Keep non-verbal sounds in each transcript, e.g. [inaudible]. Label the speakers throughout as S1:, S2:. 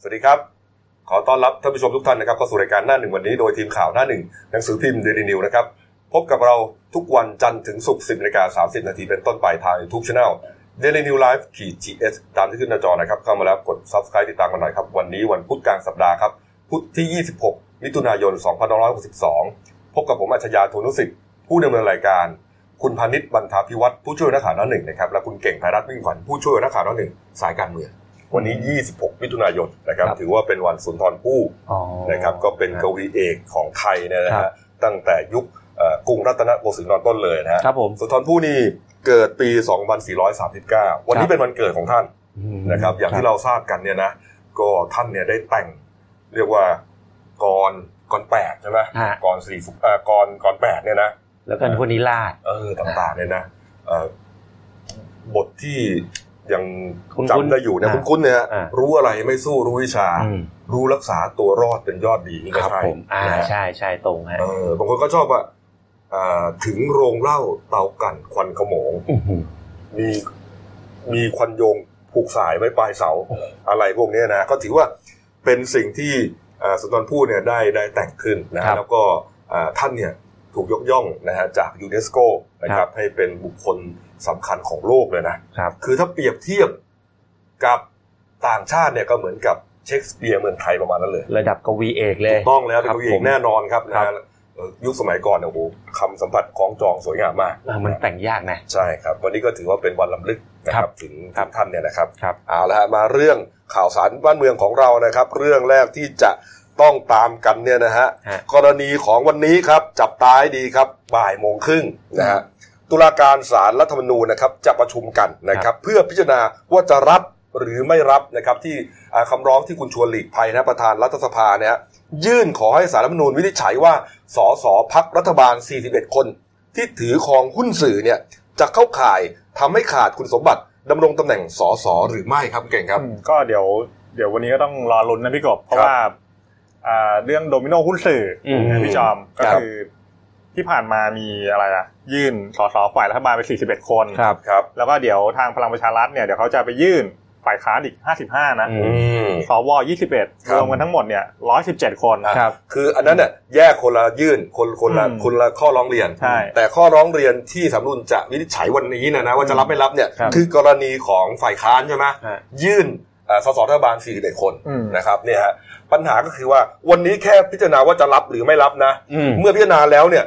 S1: สวัสดีครับ ขอต้อนรับท่านผู้ชมทุกท่านนะครับเข้าสู่รายการหน้าหนึ่งวันนี้โดยทีมข่าวหน้าหนึ่งหนังสือพิมพ์เดลินิวนะครับ พบกับเราทุกวันจันทร์ถึงศุกร์สิบนาฬิกาสามสิบนาทีเป็นต้นไปทางยูทูบช anel เดลินิวไลฟ์ขีดจีเอสตามที่ขึ้นหน้าจอนะครับ เข้ามาแล้วกดซับสไครต์ติดตามกันหน่อยครับ วันนี้วันพุธกลางสัปดาห์ครับ พุธที่ 26 มิถุนายน 2562 พบกับผมอัจฉริยะโทนุสิทธิ์ผู้ดำเนินรายการ คุณพานิชบรรทาพิวัตรผู้ช่วยนักข่าวหน้าหนึ่งนะครับและคุณเก่งไพรัตน์มิ่งขวัญผู้ช่วยนักข่าวหน้าหนึ่งสายการเมืองวันนี้ 26 มิถุนายนนะครับ
S2: ครับ
S1: ถือว่าเป็นวันสุนทรภู่
S2: อ๋อ
S1: นะครับก็เป็นกวีเอกของไทยเนยนะ
S2: ครั
S1: ฮะ
S2: บ
S1: ตั้งแต่ยุคเอ่อกรุงรัตนโกสินทร์ตอนต้นเลยนะฮะ
S2: ครับผม
S1: สุนทรภู่นี่เกิดปี 2439 วันนี้เป็นวันเกิดของท่าน นะครับอย่างที่เราทราบกันเนี่ยนะก็ท่านเนี่ยได้แต่งเรียกว่ากรกรแปดใช่ไหม
S2: ฮะ
S1: กรสี่สุเอ่อกรกรแปดเนี่ยนะ
S2: แล้วกันคนนี้ลาด
S1: เออต่างๆเนี่ยนะเอ่อบทที่ยัง
S2: คุ้นๆ
S1: จำได้อยู่เนี่ย
S2: อ่า
S1: คุ้นๆเนี่ย
S2: อ่า
S1: รู้อะไรไม่สู้รู้วิชา
S2: อืม
S1: รู้รักษาตัวรอดเป็นยอดดีนี่
S2: ค
S1: ก็
S2: รับ
S1: ใช่
S2: ผมอ่า
S1: นะฮะ
S2: ใช่ใช่ตรงฮะ
S1: เออบางคนก็ชอบว่าอ่าถึงโรงเหล่าเตากันควันขโมง
S2: อหือ
S1: มีมีควันโยงผูกสายไว้ปลายเสาอะไรพวกเนี้ยนะก็ถือว่าเป็นสิ่งที่เอ่อสุนทรภู่เนี่ยได้ได้แต่งขึ้นนะฮะ
S2: ครับ
S1: แล้วก็เอ่อท่านเนี่ยถูกยกย่องนะฮะจากยูเนสโกนะครับให้เป็นบุคคลสำคัญของโลกเลยนะครับ คือถ้าเปรียบเทียบกับต่างชาติเนี่ยก็เหมือนกับเชคสเปียร์เมืองไทยประมาณนั้นเลย
S2: ระดับกวีเอกเล
S1: ถู
S2: ย
S1: กต้องแล้วเป็น
S2: ครับ
S1: ผู้หญิ
S2: ผ
S1: ง
S2: ม
S1: แน่นอนครับนะ
S2: ครั
S1: ฮะ
S2: บ
S1: เอ่อยุคสมัยก่อนเนี่ยโอ้โหคำสัมผัสของจองสวยงามมาก
S2: อ่ามันแต่งยากนะ
S1: ใช่ครับ วันนี้ก็ถือว่าเป็นวันลำลึกนะค
S2: ค
S1: รั
S2: รั
S1: บบถึง
S2: ครั
S1: ถึ
S2: บ
S1: งท่านเนี่ยนะครับ
S2: ครับ
S1: เอาละฮะมาเรื่องข่าวสารบ้านเมืองของเรานะครับ เรื่องแรกที่จะต้องตามกันเนี่ยนะฮะ
S2: ฮะ
S1: กรณีของวันนี้ครับจับตายดีครับบ่ายโมงครึ่งนะฮะตุลาการศาลรัฐธรรมนูญนะครับจะประชุมกันนะครับ เพื่อพิจารณาว่าจะรับหรือไม่รับนะครับที่อ่าคำร้องที่คุณชวนหลีกภัยนะประธานรัฐสภาเนี่ยฮะยื่นขอให้สารรัฐธรรมนูญวินิจฉัยว่าสสพักรัฐบาล 41 คน ที่ถือครองหุ้นสื่อเนี่ยจะเข้าข่ายทำให้ขาดคุณสมบัติดำรงตำแหน่งสสหรือไม่ครับคุณเก่งครับ
S3: อืมก็เดี๋ยวเดี๋ยววันนี้ก็ต้องรอลุ้นนะพี่กบเพราะ
S1: ครับ
S3: ว่าอ่าเรื่องโดมิโนหุ้นสื่ออ
S2: ม
S3: นะพี่จอมก็
S1: ครับ
S3: คือที่ผ่านมามีอะไรนะยื่นสสฝ่ายรัฐบาลไป 41 คน
S2: ครับ
S1: ครับ
S3: แล้วก็เดี๋ยวทางพลังประชารัฐเนี่ยเดี๋ยวเขาจะไปยื่นฝ่ายค้านอีก 55 นะ
S2: อื
S1: อื
S2: ม
S1: ม
S3: สว21
S1: ครับ
S3: รวมกันทั้งหมดเนี่ย 117 คน
S2: ครับ
S1: คืออันนั้นเนี่ยแยกคนละยื่นคนคนละ
S3: อืม
S1: คนละข้อร้องเรียน
S3: ใช่
S1: แต่ข้อร้องเรียนที่สำรุนจะวินิจฉัยวันนี้เนะนะว่าจะรับไม่รับเนี่ย
S2: ครับ
S1: อกรณีของฝ่ายค้านใช่ไหม
S2: ฮะ
S1: ยื่นเอ่อสสรัฐบาล41คน
S3: อืม
S1: นะครับเนี่ยฮะปัญหาก็คือว่าวันนี้แค่พิจารณาว่าจะรับหรือไม่รับนะ
S2: อืม
S1: เมื่อพิจารณาแล้วเนี่ย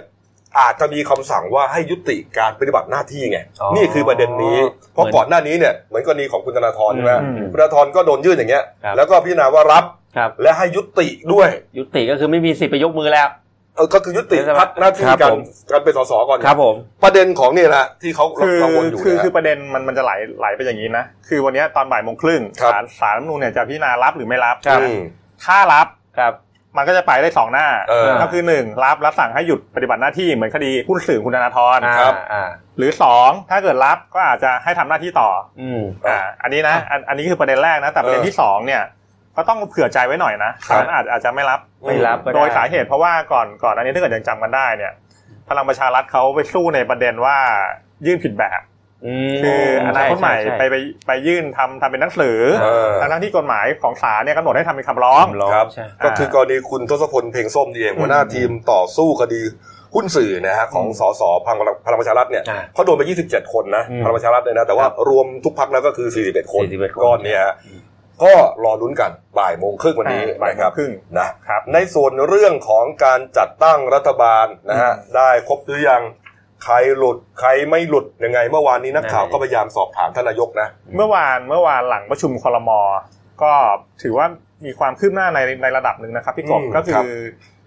S1: อาจจะมีคำสั่งว่าให้ยุติการปฏิบัติหน้าที่ไง
S2: อ๋อ
S1: นี่คือประเด็นนี้ เพราะ
S2: เหมือน
S1: ก่อนหน้านี้เนี่ยเหมือนกรณีของคุณธนาธรใช่ไหม
S3: อืม
S1: คุณธนาธรก็โดนยื่นอย่างเงี้ย
S2: ครับ
S1: แล้วก็พิจารณาว่ารับ
S2: ครับ
S1: และให้ยุติด้วย
S2: ยุติก็คือไม่มีสิทธิ์ไปยกมือแล้ว
S1: เออก็คือยุติ
S2: ใช่ไหม
S1: พักหน้าที่
S2: ครับ
S1: การ
S2: ผม
S1: การเป็นสสก่อน
S2: ครับผม
S1: ประเด็นของเนี่ยแหละที่เขา
S3: คือ
S1: กังวลอยู่
S3: คือ
S1: นะ
S3: คือประเด็นมันมันจะไหลไหลไปอย่างนี้นะ คือวันเนี้ยตอนบ่ายโมงครึ่ง
S1: ครับ
S3: ศาลศาลรัฐธรรมนูญเนี่ยจะพิจารณารับหรือไม่รับ
S2: ครับ
S1: อืม
S3: ถ้ารับ
S2: ครับ
S3: มันก็จะไปได้สองหน้า
S1: เออ
S3: ก็คือหนึ่งรับรับสั่งให้หยุดปฏิบัติหน้าที่เหมือนคดีหุ้นสื่อคุณธนาธร
S2: อ่า
S1: ครับ
S2: อ่า
S3: หรือสองถ้าเกิดรับก็อาจจะให้ทำหน้าที่ต่อ
S2: อืม
S3: อ่าอันนี้นะอันอันนี้คือประเด็นแรกนะแต่ประเด็น
S1: เออ
S3: ที่สองเนี่ยก็ต้องเผื่อใจไว้หน่อยนะครับ ศาลอาจอาจจะไม่รับ
S2: ไม่รับก็ได้
S3: โดยสาเหตุเพราะว่าก่อนก่อนอันนี้ถ้าเกิดยังจำกันได้เนี่ย พลังประชารัฐเขาไปสู้ในประเด็นว่ายื่นผิดแบบ
S2: อื
S3: คืออนาคตใหม่
S2: ช่ช่
S3: ไปไปไปยื่นทำทำเป็นหนังสือ
S1: เออ
S3: ทั้งๆที่กฎหมายของศาลเนี่ยกำหนดให้ทำเป็นคำร้อง
S1: ครับ
S2: ใช่
S1: ก็คือกรณีคุณทศพลเพ่งส้มนี่เองหัวหน้าทีมต่อสู้คดีหุ้นสื่อนะฮะของ
S3: อืม
S1: สสพังพลังประชารัฐเนี่ย
S2: อ่า
S1: เขาโดนไป 27 คนนะ
S2: อืม
S1: พลังประชารัฐเลยนะแต่ว่า
S2: ครับ
S1: รวมทุกพักแล้วก็คือ 41 คน
S2: 41คน
S1: ก้อนเนี่ยฮะ
S2: อืม
S1: ก็รอลุ้นกันบ่ายโมงครึ่งวันนี้
S3: บ่าย
S1: นะ
S3: โม
S1: ครั
S3: ง
S1: บ
S3: ครึ่ง
S1: นะครับ ในส่วนเรื่องของการจัดตั้งรัฐบาลนะฮะได้ครบหรือยังใครหลุดใครไม่หลุดยังไง เมื่อวานนี้นักข่าวก็พยายามสอบถามท่านนายกนะ
S3: เมื่อวานเมื่อวานหลังประชุมคลมก็ถือว่ามีความคืบหน้าในในระดับหนึ่งนะครับพี่กบ
S1: อืม
S3: ก็คือ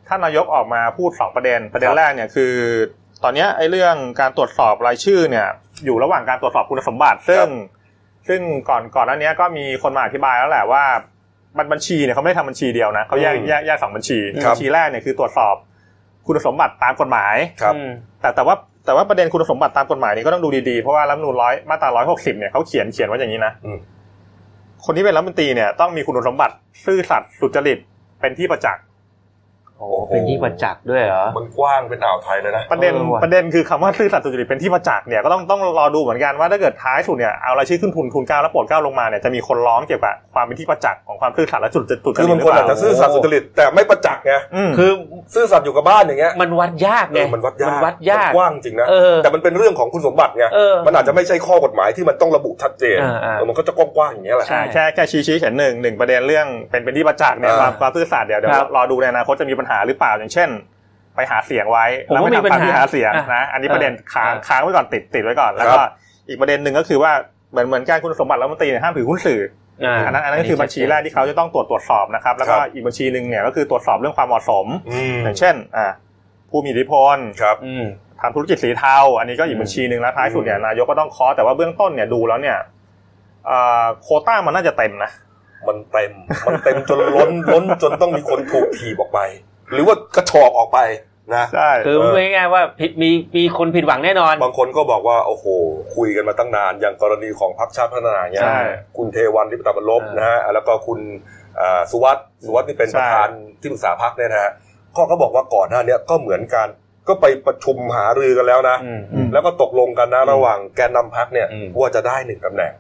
S3: ท่านนายกออกมาพูดสองประเด็น ประเด็
S1: คน รับ
S3: แรกเนี่ยคือ ตอนเนี้ยไอ้เรื่องการตรวจสอบรายชื่อเนี่ย อยู่ระหว่างการตรวจสอบคุณสมบัติ ซึ่ง ซึ่งก่อนก่อนหน้านี้ก็มีคนมาอธิบายแล้วแหละว่าบัญบัญชีเนี่ยเขาไม่ได้ทำบัญชีเดียวนะเขาแยก
S1: อืม
S3: แยกแยกสองบัญชี
S1: ครับ
S3: บัญชีแรกเนี่ยคือตรวจสอบคุณสมบัติตามกฎหมาย
S1: ครับ
S2: อืม
S3: แต่แต่ว่าแต่ว่าประเด็นคุณสมบัติตามกฎหมายนี่ก็ต้องดูดีๆ เพราะว่ารัฐธรรมนูลร้อยมาตราร้อยหกสิบเนี่ยเขาเขียนเขียนไว้อย่างนี้นะ
S1: อืม
S3: คนที่เป็นรัฐมนตรีเนี่ยต้องมีคุณสมบัติซื่อสัตย์สุจริตเป็นที่ประจักษ์
S2: โอ้โหเป็นที่ประจักษ์ด้วยเหรอ
S1: มันกว้างเป็นอ่าวไทยเลยนะ
S3: ประเด็น
S2: เออว่ะ
S3: ประเด็นคือคำว่าซื่อสัตย์สุจริตเป็นที่ประจักษ์เนี่ยก็ต้องต้องรอดูเหมือนกันว่าถ้าเกิดท้ายสุดเนี่ยเอารายชื่อขึ้นทุนทุนเกล้าแล้วโปรดเกล้าลงมาเนี่ยจะมีคนร้องเกี่ยวกับความเป็นที่ประจักษ์ของความซื่อสัตย์และสุจริต
S1: คือบางคนอาจจะซื่อสัตย์สุจริตแต่ไม่ประจักษ์ไง
S3: อืม
S2: คือ
S1: ซื่อสัตย์อยู่กับบ้านอย่างเงี้ย
S2: มันวัดยาก
S1: เอ
S2: ไง
S1: อมันวัดยาก
S2: มันวัดยาก
S1: มันกว้างจริงนะ
S2: เออ
S1: แต่มันเป็นเรื่องของคุณสมบัติไง
S2: เออ
S1: มันอาจจะไม่ใช่ข้อกฎหมายที่มันต้องระบุชัดเจน
S2: อ่าอ่า
S1: เออมันก็จะกว้างๆอย่างเงี้ยแหละ
S3: ใช่แค่แค่ชี้ชี้เขียนหนึ่งหนึ่งประเด็นเรื่องเป็นเป็นที่ประจักษ์เนี่ย
S1: เออ
S3: ความความซื่อสัตย์เดี๋ยวเดี๋ยว
S2: ครับ
S3: รอดูในอนาคตจะมีปัญหาหรือเปล่าอย่างเช่น ไปหาเสียงไว้แล้วไม่ทำตามที่หาเสียงนะอันนี้ประเด็นค้างค้างไว้ก่อนติดติดไว้ก่อนแล้วก็อีกประเด็นหนึ่งก็คือว่าเหมือนเหมือนการคุณสมบัติรัฐมนตรีเนี่ยห้ามถือหุ้นสื่อ
S2: อ่า
S3: อันนั้นอันนั้นคือบัญชีแรกที่เขาจะต้องตรวจตรวจสอบนะครับแล้วก็อีกบัญชีหนึ่งเนี่ยก็คือตรวจสอบเรื่องความเหมาะสม
S1: อืม
S3: อย่างเช่นอ่าผู้มีอิทธิพล
S1: ครับ
S2: อืม
S3: ทำธุรกิจสีเทาอันนี้ก็อีกบัญชีหนึ่งแล้วท้ายสุดเนี่ยนายกก็ต้องเคอแต่ว่าเบื้องต้นเนี่ยดูแล้วเนี่ยอ่าโควต้ามันน่าจะเต็มนะ
S1: มันเต็ม มันเต็มจนล้น [laughs] ล้นจนต้องมีคนถูกถีบออกไป หรือว่ากระชอกออกไปนะ
S3: ใช่
S2: คือพูดง่ายๆว่าผิดมีมีคนผิดหวังแน่นอน
S1: บางคนก็บอกว่า โอ้โห คุยกันมาตั้งนาน อย่างกรณีของพรรคชาติพัฒนาเนี่ย
S2: ใช่
S1: คุณเทวันลิปตาบรรลบ
S2: อ่าน
S1: นะฮะ แล้วก็คุณเอ่อสุวัสด์สุวัสด์นี่เป็นประธานที่ปรึกษาพรรคเนี่ยนะฮะก็เขาบอกว่าก่อนหน้าเนี้ยก็เหมือนกัน ก็ไปประชุมหารือกันแล้วนะ
S2: อืม
S3: อืม
S1: แล้วก็ตกลงกันนะระหว่างแกนนำพักเนี่ย
S2: อืม
S1: ว่าจะได้หนึ่งตำแหน่ง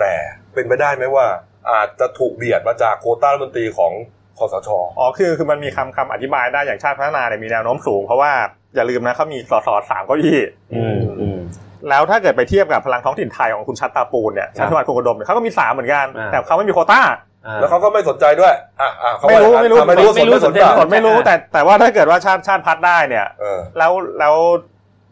S1: แต่เป็นไปได้ไหมว่า อาจจะถูกเบียดมาจากโควต้ารัฐมนตรีของคอสช
S3: อ๋อคือคือมันมีคำคำอธิบายได้อย่างชาติพัฒนาเนี่ยมีแนวโน้มสูง เพราะว่าอย่าลืมนะเขามีสสสามเก้าอี้
S2: อืมอืม
S3: แล้วถ้าเกิดไปเทียบกับพลังท้องถิ่นไทยของคุณชัดตาปูนเนี่ย
S2: ครั
S3: ชั
S2: บ
S3: ดชวัฒน์คงกระดมเนี่ยเขาก็มีสามเหมือนกัน
S2: อ่า
S3: แต่เขาไม่มีโควต้า
S2: อ่
S1: แล้วเขาก็ไม่สนใจด้วย อ่ะอ่ะเขา
S3: ไม่รู้
S1: ว่า
S3: ไม่รู้
S1: อ่ะไม่รู้
S2: ไม่รู้
S1: สนใจ
S2: สนใจ
S3: ผลไม่รู้แต่แต่ว่าถ้าเกิดว่าชาติชาติพัฒน์ได้เนี่ย
S1: เออ
S3: แล้วแล้ว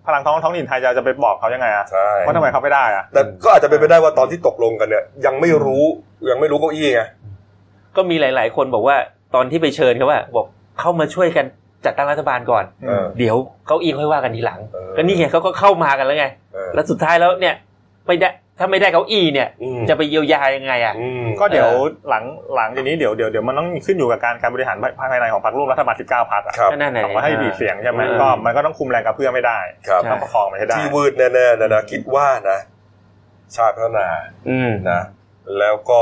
S3: พลังท้องท้องถิ่นไทยจะจะไปบอกเขายังไงอะ
S1: ใช่
S3: ว่าทำไมเขาไม่ได้อะ
S1: แต่ก็อาจจะเป็นไปได้ว่าตอนที่ตกลงกันเนี่ย ยังไม่รู้ยังไม่รู้เก้าอี้ไง
S2: ก็มีหลาย ๆ คนบอกว่าตอนที่ไปเชิญเขาว่า บอกเข้ามาช่วยกันจัดตั้งรัฐบาลก่อน
S1: เออ
S2: เดี๋ยวเก้าอี้ค่อยว่ากันทีหลัง
S1: เออ
S2: ก็นี่ไงเขาก็เข้ามากันแล้วไง
S1: เออ
S2: แล้วสุดท้ายแล้วเนี่ยไม่ได้ถ้าไม่ได้เก้าอี้เนี่ย
S1: อืม
S2: จะไปเยียวยายังไงอ่ะ
S1: อืม
S3: ก็เดี๋ยวหลังหลังจากนี้เดี๋ยวเดี๋ยวเดี๋ยวมันต้องขึ้นอยู่กับการการบริหารภายในของพรรคร่วมรัฐบาล19พรรคอะ
S1: ครับ
S2: ก็นั่นแหละ
S3: สองร้อยห้าสิบสี่เสียงใช่ไหม
S2: อ่า
S3: ก็มันก็ต้องคุมแรงกระเพื่อมไม่ได้
S1: ครับ
S2: ใช่
S3: ต้องประคองมันให้ได้
S1: ที่วืดแน่ๆนะนะคิดว่านะ ชาติพัฒนา
S2: อืม
S1: นะแล้วก็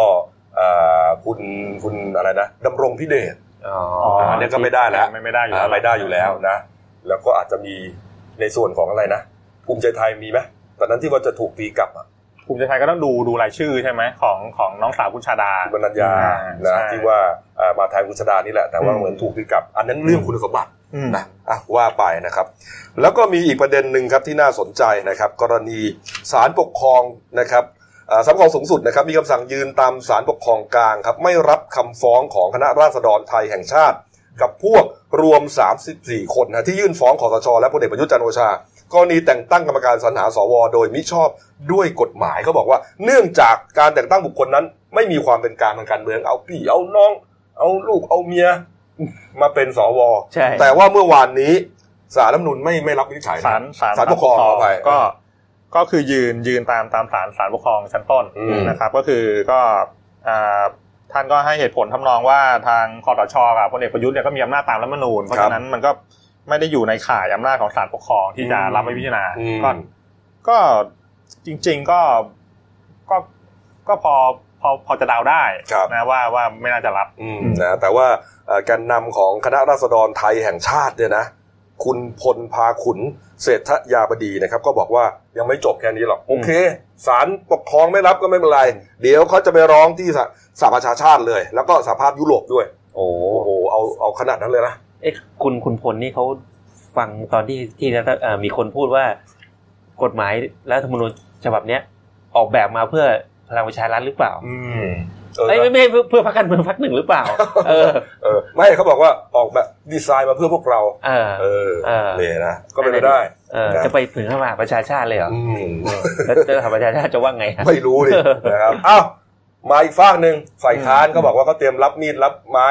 S1: อ่าคุณคุณอะไรนะดำรงพิเดช
S2: อ๋อ
S1: อันเนี้ยก็ไม่ได้แล้ว
S3: ไม่ไม่ได้อยู่
S1: อ่า
S3: แล้ว
S1: ไม่ได้อยู่แล้วนะ แล้วก็อาจจะมีในส่วนของอะไรนะภูมิใจไทยมีไหมตอนนั้นที่ว่าจะถูกตีกลับอะ
S3: ภูมิใจไทยก็ต้องดูดูรายชื่อใช่ไหมของของน้องสาวคุณชาดา
S1: คุณบรรณัญญา
S3: อ่า
S1: นะ
S3: ใช่
S1: ที่ว่าอ่ามาแทนคุณชดานี่แหละ แต่ว่า
S3: อืม
S1: เหมือนถูกตีกลับ อันนั้นเรื่องคุณสมบัติ
S3: อืม
S1: นะอ่ะว่าไปนะครับ แล้วก็มีอีกประเด็นหนึ่งครับที่น่าสนใจนะครับ กรณีศาลปกครองนะครับอ่าศาลปกครองสูงสุดนะครับ มีคำสั่งยืนตามศาลปกครองกลางครับ ไม่รับคำฟ้องของคณะราษฎรไทยแห่งชาติ กับพวกรวม 34 คนนะที่ยื่นฟ้องขอสชและพลเอกประยุทธ์จันทร์โอชากรณีแต่งตั้งกรรมการสรรหาสว โดยมิชอบด้วยกฎหมายเขาบอกว่า เนื่องจากการแต่งตั้งบุคคลนั้น ไม่มีความเป็นกลางทางการเมืองเอาพี่เอาน้อง เอาลูกเอาเมียมาเป็นสว
S2: ใช่
S1: แต่ว่าเมื่อวานนี้สารรัฐธรรมนุนไม่ไม่รับวินิจฉัยนะ
S3: ศาลศาล
S1: ศาลปกครองขออภัย
S3: ก็ ก็คือยืนยืนตามตามศาลศาลปกครองชั้นต้น
S1: อืม
S3: นะครับ ก็คือก็อ่าท่านก็ให้เหตุผลทำนองว่าทางคอตชกับพลเอกประยุทธ์เนี่ยก็มีอำนาจตามรัฐธรรมนูญเพราะ
S1: ครับ
S3: ฉะนั้นมันก็ไม่ได้อยู่ในข่ายอำนาจของศาลปกครองที่จะ
S1: อืม
S3: รับไว้พิจารณา
S1: อืม
S3: ก็ก็จริง ๆ ก็ก็ก็พอพอพอจะเดาได้นะว่าว่าไม่น่าจะรับ
S1: อืม
S3: อืม
S1: นะแต่ว่าเอ่อแการนำของคณะราษฎรไทยแห่งชาติเนี่ยนะคุณพลพาขุนเศรษฐยาบดีนะครับ ก็บอกว่ายังไม่จบแค่นี้หรอก โอเคศาลปกครองไม่รับก็ไม่เป็นไร เดี๋ยวเขาจะไปร้องที่สหสหประชาชาติเลย แล้วก็สหภาพยุโรปด้วย
S2: โอ้
S1: โอ้โหเอาเอาขนาดนั้นเลยนะ
S2: เอ๊ะคุณคุณพลนี่เขาฟังตอนที่ที่รัฐเอ่อมีคนพูดว่ากฎหมายรัฐธรรมนูญฉบับเนี้ยออกแบบมาเพื่อพลังประชารัฐหรือเปล่า
S1: อืมเออ
S2: เอ้ยไม่ไม่เพื่อเพื่อพักการเมืองพักหนึ่งหรือเปล่า เออ
S1: เออไม่เขาบอกว่าออกแบบดีไซน์มาเพื่อพวกเรา
S2: เออ
S1: เออ
S2: เออ
S1: เนี่ยนะก็เป็นไปได้
S2: เออ จะไปถึงขนาดประชาชาติเลยเหรอ
S1: อืม
S2: แล้วจะถามประชาชาติจะว่าไงฮะ
S1: ไม่รู้
S2: [laughs]
S1: ดิ นะครับ อ้าวมาอีกฝากหนึ่งฝ่ายค้าน
S2: อืม
S1: เขาบอกว่าเขาเตรียมรับมีดรับไม้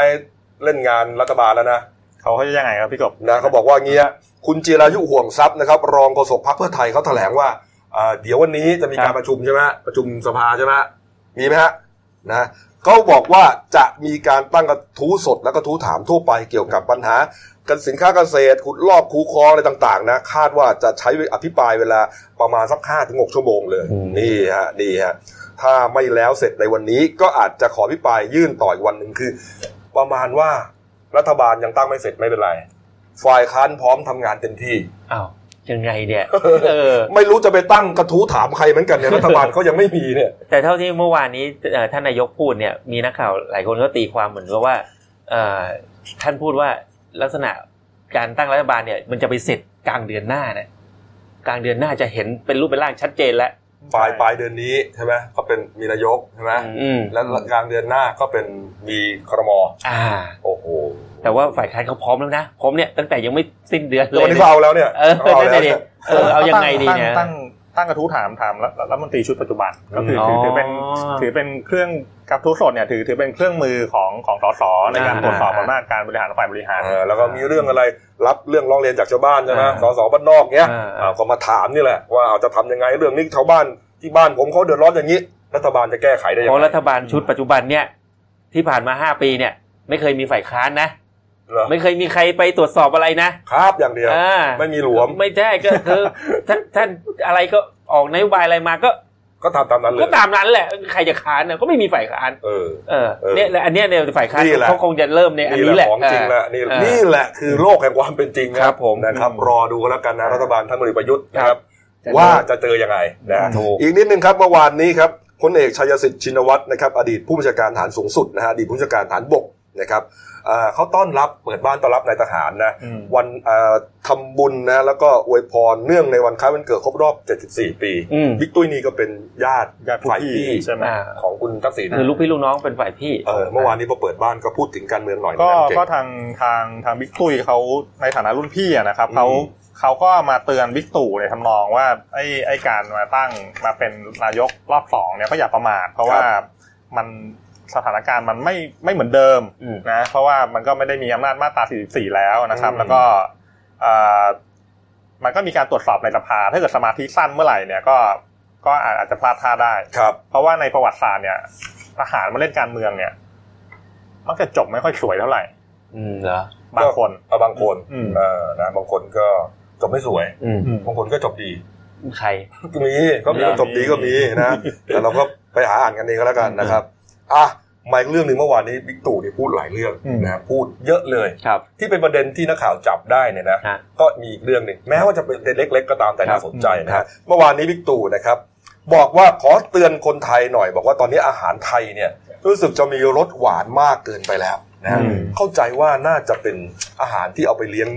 S1: เล่นงานรัฐบาลแล้วนะ
S3: เขาเขาจะยังไงครับพี่กบ
S1: นะเขาบอกว่าอย่างเงี้ยคุณจิรายุห่วงทรัพย์นะครับ รองโฆษกพรรคเพื่อไทยเขาแถลงว่าอ่า เดี๋ยววันนี้จะมี
S2: ครั
S1: การ
S2: บ
S1: ประชุมใช่ไหมประชุมสภาใช่ไหมมีไหมฮะนะเขาบอกว่าจะมีการตั้งกระทู้สดและกระทู้ถามทั่วไปเกี่ยวกับปัญหาการสินค้าเกษตรขุดลอกคูคลองอะไรต่างๆนะคาดว่าจะใช้อภิปรายเวลาประมาณสักห้าถึงหกชั่วโมงเลย
S2: อืม
S1: นี่ฮะนี่ฮะ ถ้าไม่แล้วเสร็จในวันนี้ก็อาจจะขอพิปรายยื่นต่ออีกวันหนึ่งคือ ประมาณว่า รัฐบาลยังตั้งไม่เสร็จไม่เป็นไรฝ่ายค้านพร้อมทำงานเต็มที่
S2: อ้าวยังไง
S1: [laughs]
S2: เนี่ย เออ
S1: ไม่รู้จะไปตั้งกระทู้ถามใครเหมือนกันเนี่ยรัฐบาลเขายังไม่มีเนี่ย
S2: แต่เท่าที่เมื่อวานนี้เอ่อท่านนายกพูดเนี่ยมีนักข่าวหลายคนก็ตีความเหมือนกับว่าเอ่อท่านพูดว่าลักษณะการตั้งรัฐบาลเนี่ย มันจะไปเสร็จกลางเดือนหน้านะกลางเดือนหน้าจะเห็นเป็นรูปเป็นร่างชัดเจนแล้ว
S1: ปลายปลายเดือนนี้ใช่ไหมก็เป็นมีนายกใช่ไหม
S2: อืม
S1: และกลางเดือนหน้าก็เป็นมีครม
S2: อ่า
S1: โอ้โห
S2: แต่ว่าฝ่ายค้านเขาพร้อมแล้วนะพร้อมเนี่ยตั้งแต่ยังไม่สิ้นเดือนเล
S1: แล้ว
S2: ย
S1: วันนี้ก็เอาแล้วเนี่ย
S2: เออ
S1: เอา
S2: นั่น
S1: แล้ว
S2: น่ะดิ
S1: เนี่ย
S2: เออเอายังไงดีเนี่ย
S3: ตั้งตั้งตั้งกระทู้ถามถามรัฐรัฐมนตรีชุดปัจจุบันก็คือถือ
S2: ม
S3: ถือเป็น
S2: อ๋อ
S3: ถือเป็นเครื่องกระทู้สดเนี่ยถือถือเป็นเครื่องมือของของสสในการตรวจสอบอำนาจการบริหารฝ่ายบริหาร
S1: เออแล้วก็มีเรื่องอะไรรับเรื่องร้องเรียนจากชาวบ้านใช่ไหม
S2: อ่า
S1: สสบ้านนอกเนี้ย
S2: อ่า
S1: อ่าก็มาถามนี่แหละว่าเอาจะทำยังไงเรื่องนี้ชาวบ้านที่บ้านผมเขาเดือดร้อนอย่างนี้ รัฐบาลจะแก้ไขได้ยัง
S2: เพราะ
S1: ไง
S2: รัฐบาลชุดปัจจุบันเนี่ย ที่ผ่านมาห้าปีเนี่ย ไม่เคยมีฝ่ายค้านนะ
S1: เหรอ
S2: ไม่เคยมีใครไปตรวจสอบอะไรนะครับ
S1: อย่างเดียว
S2: อ่า
S1: ไม่มีหลวม
S2: ไม่ใช่
S1: [laughs]
S2: ก็คือท่านท่านอะไรก็ออกนโยบายอะไรมาก็
S1: ก็ทำตามนั้นเล
S2: ก็
S1: ย
S2: ตามนั้นแหละ ใครจะค้านน่ะก็ไม่มีฝ่ายค้าน
S1: เออ
S2: เออ
S1: เออ
S2: เนี่ยและอันเนี้ยเนี่ยฝ่ายค้าน
S1: นี่แหละ
S2: เขาคงจะเริ่มในอัน
S1: นี่
S2: นี้
S1: แห
S2: แห
S1: ละ
S2: ละ
S1: ของจริงละนี่แหละ
S2: เออ
S1: นี่แหละคือโลกแห่งความเป็นจริง
S2: ครับผม
S1: นะครับรอดูกันแล้วกันนะรัฐบาลท่านพลเอกประยุทธ์นะครับ
S2: ครับ
S1: ว่าจะเจอยังไงนะ
S2: ถูก
S1: อีกนิดนึงครับเมื่อวานนี้ครับพลเอกชัยสิทธิ์ชินวัตรนะครับอดีตผู้บัญชาการฐานสูงสุดนะฮะอดีตผู้บัญชาการฐานบกนะครับอ่าเขาต้อนรับเปิดบ้านต้อนรับนายทหารนะ
S3: อืม
S1: วันอ่าทำบุญนะแล้วก็อวยพรเนื่องในวันคล้ายวันเกิดครบรอบ 74 ปี
S2: อืม
S1: บิ๊กตุ้ยนี่ก็เป็นญาติ
S3: การผู้
S1: ฝ่าย
S3: ที่
S1: พี่
S3: ใช่ไหม
S2: อ่า
S1: ของคุณทักษิณ
S2: คือลูกพี่ลูกน้องเป็นฝ่ายพี่
S1: เออเมื่อวานนี้พอเปิดบ้านก็พูดถึงการเมืองหน่อย
S3: ก็
S1: นะครับเง
S3: ก็ทางทางทางบิ๊กตุ้ยเขาในฐานะรุ่นพี่อะนะครับ
S1: อืม
S3: เขาเขาก็มาเตือนบิ๊กตู่ในทำนองว่าไอ้ไอ้การมาตั้งมาเป็นนายกรอบสองเนี่ยก็อย่าประมาทเพราะว่ามันสถานการณ์มันไม่ไม่เหมือนเดิม
S2: อืม
S3: นะเพราะว่ามันก็ไม่ได้มีอำนาจมาตรา 44 แล้วนะครับ
S1: อืม
S3: แล้วก็เอ่อมันก็มีการตรวจสอบในสภาถ้าเกิดสมาธิสั้นเมื่อไหร่เนี่ยก็ก็อาจอาจจะพลาดท่าได้
S1: ครับ
S3: เพราะว่าในประวัติศาสตร์เนี่ยทหารมาเล่นการเมืองเนี่ยมักจะจบไม่ค่อยสวยเท่าไหร่
S2: อืมเหรอบ
S3: างคน
S1: เอาบางคน
S3: อืม
S1: เออนะบางคนก็จบไม่สวย
S2: อืม
S3: อืม
S1: บางคนก็จบดี
S2: ใคร
S1: ก็มีก็มี
S2: มี
S1: คนจบดีก็มีนะ แต่เราก็ไปหาอ่านกันเองก็แล้วกันนะครับอ่ะมาอีกเรื่องหนึ่งเมื่อวานนี้บิ๊กตู่นี่พูดหลายเรื่อง
S3: อืม
S1: นะพูดเยอะเลย
S2: ครับ
S1: ที่เป็นประเด็นที่นักข่าวจับได้เนี่ยนะ
S2: ฮะ
S1: ก็มีอีกเรื่องหนึ่งแม้ว่าจะเป็นประเด็นเล็ก ๆ ก็ตามแต่
S2: ครั
S1: น่า
S2: บ
S1: สนใจนะฮะเมื่อวานนี้บิ๊กตู่นะครับ บอกว่าขอเตือนคนไทยหน่อย บอกว่าตอนนี้อาหารไทยเนี่ยรู้สึกจะมีรสหวานมากเกินไปแล้วนะฮะ
S3: อืม
S1: เข้าใจว่าน่าจะเป็นอาหารที่เอาไปเลี้ยง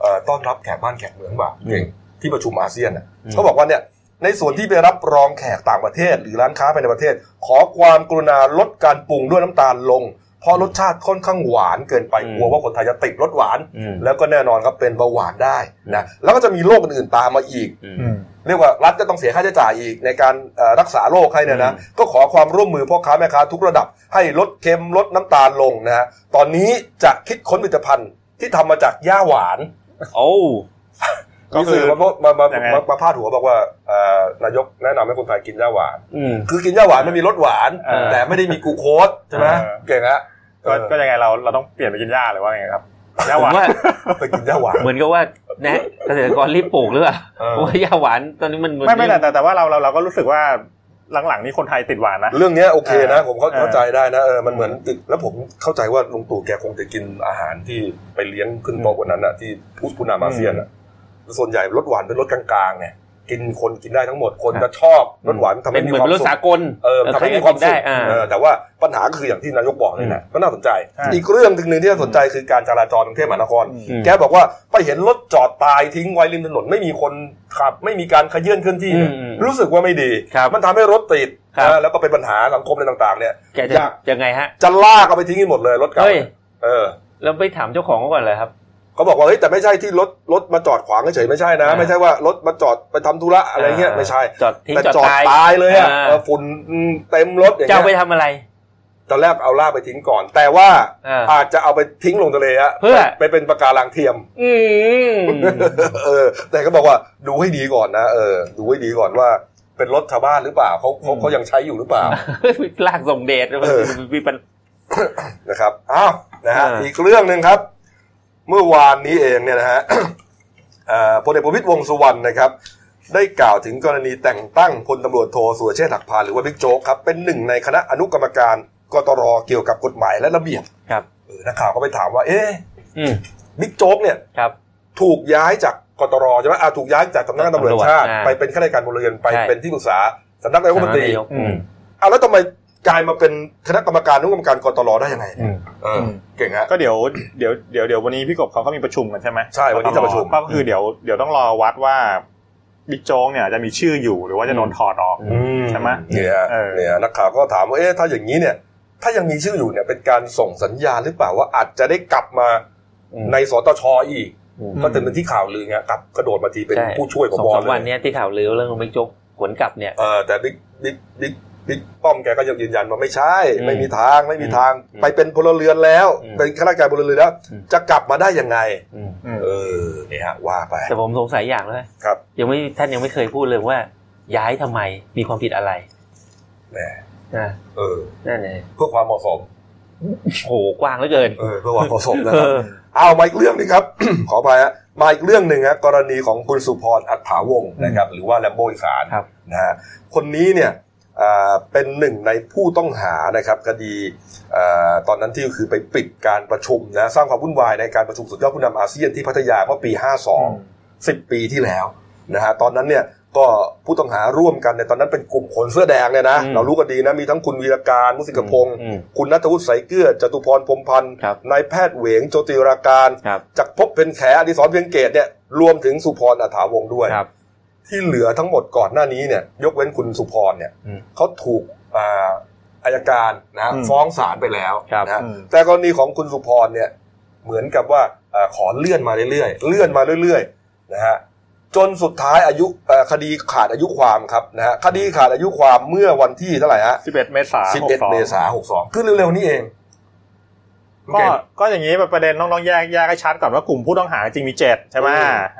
S1: เอ่อต้อนรับแขกบ้านแขกเมืองบ่าเก่งที่ประชุมอาเซียนน่ะเขาบอกว่าเนี่ยในส่วนที่ไปรับรองแขกต่างประเทศ หรือร้านค้าภายในประเทศ ขอความกรุณาลดการปรุงด้วยน้ำตาลลง เพราะรสชาติค่อนข้างหวานเกินไป
S2: อืม
S1: กลัวว่าคนไทยจะติดรสหวาน
S2: อืม
S1: แล้วก็แน่นอนครับเป็นเบาหวานได้นะแล้วก็จะมีโรคอื่นๆตามมาอีก
S2: อืม
S3: อืม
S1: เรียกว่ารัฐก็ต้องเสียค่าใช้จ่ายอีกในการเอ่อรักษาโรคให้เนี่ยนะก็ขอความร่วมมือพ่อค้าแม่ค้าทุกระดับ ให้ลดเค็มลดน้ำตาลลงนะฮะตอนนี้จะคิดค้นผลิตภัณฑ์ที่ทำมาจากหญ้าหวาน
S2: โอ้
S3: ก็
S1: มี
S3: คือ
S1: สื่มาพูดมามา
S3: ยังไง
S1: มามาพาดหัวบอกว่าเอ่อนายกแนะนำให้คนไทยกินหญ้าหวาน
S2: อืม
S1: คือกินหญ้าหวานมันมีรสหวาน
S2: เออ
S1: แต่ไม่ได้มีกลูโคสใช่ไหม
S3: เออ
S1: เก่งฮะ
S3: ก็ก็ยังไงเราเราต้องเปลี่ยนไปกินหญ้าหรือว่าไงครับหญ้า
S2: ผ
S3: หวาม น
S2: ว่า
S1: ไปกินหญ้าหวาน
S2: เหมือนกับว่านะเกษตรกรรีบปลูกหรือเป
S1: [laughs]
S2: ล่า
S1: เออ
S2: เพราะว่ายาหวานตอนนี้มันน
S3: ไม่ไม่แต่แต่แต่ว่าเราเราเราก็รู้สึกว่าหลังๆนี้คนไทยติดหวานนะ
S1: เรื่องเนี้ยโอเคนะ
S3: อ่า
S1: ผมเข้า
S3: อ่า
S1: เข้าใจได้นะเออมันเหมือนติดแล้วผมเข้าใจว่าลุงตู่แกคงจะกินอาหารที่ไปเลี้ยงขึ้นโต๊ะวันนั้นอะที่ผู้ผู้นำอาเซียนอะส่วนใหญ่รสหวานเป็นรสกลางๆไงกินคนกินได้ทั้งหมดคนจะชอบรสหวานทำ
S2: เป็
S1: ให้
S2: น
S1: มี
S2: เหมือ
S1: ความ
S2: นรถ
S1: สุข
S2: สากล
S1: เออทำให้มีความ
S2: ใรก็กิน
S1: สุข
S2: ได้อ่า
S1: เออแต่ว่าปัญหาก็คืออย่างที่นายกบอกนี่แหละก็น่าสนใจ
S3: ใช่
S1: อีกเรื่องหนึ่งที่น่าสนใจคือการจราจรกรุงเทพมหานคร
S2: อืม
S1: แกบอกว่าไปเห็นรถจอดตายทิ้งไว้ริมถนนไม่มีคนขับ ไม่มีการขยื่นเคลื่อนที่เนี่ย
S2: อืมอืม
S1: รู้สึกว่าไม่ดี
S2: ครับ
S1: มันทำให้รถติด
S2: ครับ
S1: นะแล้วก็เป็นปัญหาสังคมในต่างๆ เนี่ย
S2: แกจะ
S1: อยาก
S2: ยังไงฮะ
S1: จะลากเอาไปทิ้งให้หมดเลยรถเก่า
S2: เฮ้ย
S1: เออ
S2: แล้วไปถามเจ้าของเขาก่อนเลยครับ
S1: เขาบอกว่าเฮ้ยแต่ไม่ใช่ที่รถรถมาจอดขวางเฉยๆไม่ใช่นะ
S2: อ่า
S1: ไม่ใช่ว่ารถมาจอดไปทำธุระอะไรเงี้ยไม่ใช่
S2: จอดทิ้ง
S1: แต่
S2: จอด
S1: จอด
S2: ตาย
S1: ตายเลยอะ
S2: อ่า
S1: เออฝุ่นเต็มรถอย่าง
S2: จะเอาไป
S1: เงี้ย
S2: ทำอะไร
S1: ตอนแรกเอาลากไปทิ้งก่อน แต่ว่า
S2: อ่า
S1: อาจจะเอาไปทิ้งลงทะเลฮะ
S2: เพื่อ
S1: ไปเป็นปะการังเทียม
S2: อืม
S1: เออแต่ก็บอกว่าดูให้ดีก่อนนะเออดูให้ดีก่อนว่าเป็นรถชาวบ้านหรือเปล่าเขาเขาเขายังใช้อยู่หรือเปล่า
S2: ลากส่งเดชมัน
S1: เออ
S2: มีปัญ
S1: นะครับอ้าวนะฮะ
S2: อ่า
S1: อีกเรื่องหนึ่งครับ เมื่อวานนี้เองเนี่ยนะฮ [coughs] ะ เอ่อพลเอกประวิตยวงษ์สุวรรณนะครับ ได้กล่าวถึงกรณีแต่งตั้งพลตำรวจโทสุรเชษฐ์หักพานหรือว่าบิ๊กโจ๊กครับเป็นหนึ่งในคณะอนุกรรมการกตรเกี่ยวกับกฎหมายและระเบียบ
S2: ครับ
S1: เออนักข่าวก็ไปถามว่า เอ๊ะ
S2: อืม
S1: บิ๊กโจ๊กเนี่ย
S2: ครับ
S1: ถูกย้ายจากกตรใช่ไหมอ่ะถูกย้ายจากสำนักงานตำรวจแห่งชาติ
S2: อ่า
S1: ไปเป็นข้าราชการพลเรือนไป
S2: ใช่
S1: เป็นที่ปรึกษาสำนักนายกรัฐมนตรี
S2: นายกอืม
S1: อ่ะแล้วทำไมกลายมาเป็นคณะกรรมการอนุกรรมการกตรได้ยังไง
S2: อืม
S1: เออเก่งฮะ
S3: ก็เดี๋ยวเดี๋ยวเดี๋ยวเดี๋ยววันนี้พี่กบเขาก็มีประชุมกันใช่ไหม
S1: ใช่วันนี้จะประชุม
S3: ก็คือเดี๋ยวเดี๋ยวต้องรอวัดว่าบิ๊กโจ๊กเนี่ยจะมีชื่ออยู่หรือว่าจะโดนถอดออก
S2: อื
S3: ใช่ไหม
S1: เนี่ยฮะ
S3: เออ
S1: เนี่ยนักข่าวก็ถามว่าเอ๊ะถ้าอย่างนี้เนี่ย ถ้ายังมีชื่ออยู่เนี่ยเป็นการส่งสัญญาณหรือเปล่าว่าอาจจะได้กลับมา
S2: อืม
S1: ในสตชอีก
S2: อืม
S1: ก็จะเป็นที่ข่าวลือไงกลับกระโดดมาทีเป็น
S2: ใ
S1: ผู้ช่วยของ
S2: สอบ ง
S1: อล
S2: สาม
S1: เล
S2: วัน
S1: ย
S2: เนี้ยที่ข่าวลือเรื่องบิ๊กโจ๊กขวนกลับเนี่ย
S1: เออแต่บิ๊กบิ๊กบิ๊กบิ๊กป้อมแกก็ยังยืนยันว่าไม่ใช่
S2: อืม
S1: ไม่มีทางไม่มีทาง
S2: อืม
S1: ไปเป็นพลเรือนแล้ว
S2: อืม
S1: เป็นข้าราชการพลเรือนแล้ว
S2: อืม
S1: จะกลับมาได้ยังไง
S2: อืม
S3: อืม
S1: เออเนี่ยฮะว่าไป
S2: แต่ผมสงสัยอย่างนะครับ ยังไม่ท่านยังไม่เคยพูดเลยว่า ย้ายทำไมมีความผิดอะไร
S1: แหม
S2: นะ
S1: เออ
S2: นั่นเอง
S1: เพื่อความเหมาะสม
S2: โหกว้างเหลือเกิน
S1: เออเพื่อความเหมาะสมนะ
S2: เอ
S1: ครับ
S2: อ
S1: เอามาอีกเรื่องหนึงครับ [coughs] ขออภัยฮะมาอีกเรื่องหนึ่งฮะกรณีของคุณสุพรอัฏฐาวงศ์นะครับหรือว่าแลมโบอีสาน
S2: ครับ
S1: นะฮะคนนี้เนี่ยอ่าเป็นหนึ่งในผู้ต้องหานะครับคดีอ่าตอนนั้นที่คือไปปิดการประชุมนะสร้างความวุ่นวายในการประชุมสุดยอดผู้นำอาเซียนที่พัทยาเมื่อปี 52 10 ปีที่แล้วนะฮะตอนนั้นเนี่ยก็ผู้ต้องหาร่วมกันในยตอนนั้นเป็นกลุ่มคนเสื้อแดงเนี่ยนะ
S2: อืม
S1: เรารู้กันดีนะมีทั้งคุณวีรการมุสิกพงศ์
S2: อืม
S1: คุณนัทวุฒิสายเกลือจตุพรพรหมพันธ์
S2: ครับ
S1: นายแพทย์เหวงโจติราการ
S2: ครับ
S1: จากภพบเป็นแขอดิศรเพียงเกตเนี่ยรวมถึงสุพรอัฐาวงศ์ด้วย
S2: ครับ
S1: ที่เหลือทั้งหมดก่อนหน้านี้เนี่ยยกเว้นคุณสุพรเนี่ย
S2: อืม
S1: เขาถูกอ่าอายการนะฮะ
S3: อืม
S1: ฟ้องศาลไปแล้ว
S2: ครับ
S1: นะฮะ
S3: อืม
S1: แต่กรณีของคุณสุพรเนี่ยเหมือนกับว่าอ่าขอเลื่อนมาเรื่อยๆเลื่อนมาเรื่อยๆนะฮะจนสุดท้ายอายุเอ่อคดีขาดอายุความครับนะฮะคดีขาดอายุความเมื่อวันที่เท่าไหร่ฮะ
S3: สิบเอ็ดเมษา
S1: 11
S3: 62
S1: เมษาหกสองคือเร็วๆนี้เอง
S3: ก็ก็อย่างนี้ประเด็นต้องต้องแยกแยกให้ชัดก่อนว่ากลุ่มผู้ต้องหาจริงมีเจ็ดใช่ไหม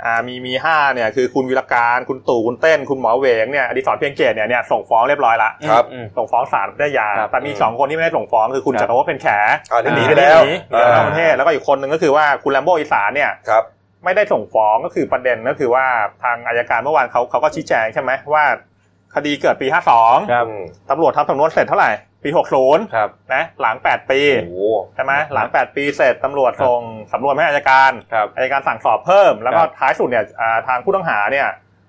S3: อ่ามีมีห้าเนี่ยคือคุณวิรการคุณตู่คุณเต้น คุณหมอเหวงเนี่ยอดิศรเพียงเกตเนี่ยเนี่ยส่งฟ้องเรียบร้อยละ
S1: ครับ
S2: อืม
S3: ส่งฟ้องศาลพัทยา
S2: ครับ
S3: แต่มีสองคนที่ไม่ได้ส่งฟ้องคือคุณ
S2: ครับ
S3: จักรวัฒน์เป็นแข
S1: อ่านี่หนี
S3: อ่า
S1: ไปแล้ว
S3: หนีหนีไป
S1: อ่า
S3: นอกประเทศแล้วก็อีกคนหนึ่งก็คือว่าคุณแลมโบอีสานเนี่ย
S1: ครับ
S3: ไม่ได้ส่งฟ้องก็คือประเด็นก็คือว่าทางอายการเมื่อวานเขาเขาก็ชี้แจงใช่ไหมว่า คดีเกิดปี
S2: ครับ
S1: อืม
S3: 52ตำรวจทำสำนวนเสร็จเท่าไหร่ ปี
S2: ครับ
S3: 60นะหลัง 8 ปี
S2: โอ้โห
S3: ใช่ไหมหลัง 8 ปีเสร็จตำรวจ
S2: ครับ
S3: ส่งสำนวนให้อายการ
S2: ครับ
S3: อายการสั่งสอบเพิ่ม แล้วก็
S2: ครับ
S3: ท้ายสุดเนี่ยอ่าทางผู้ต้องหาเนี่ย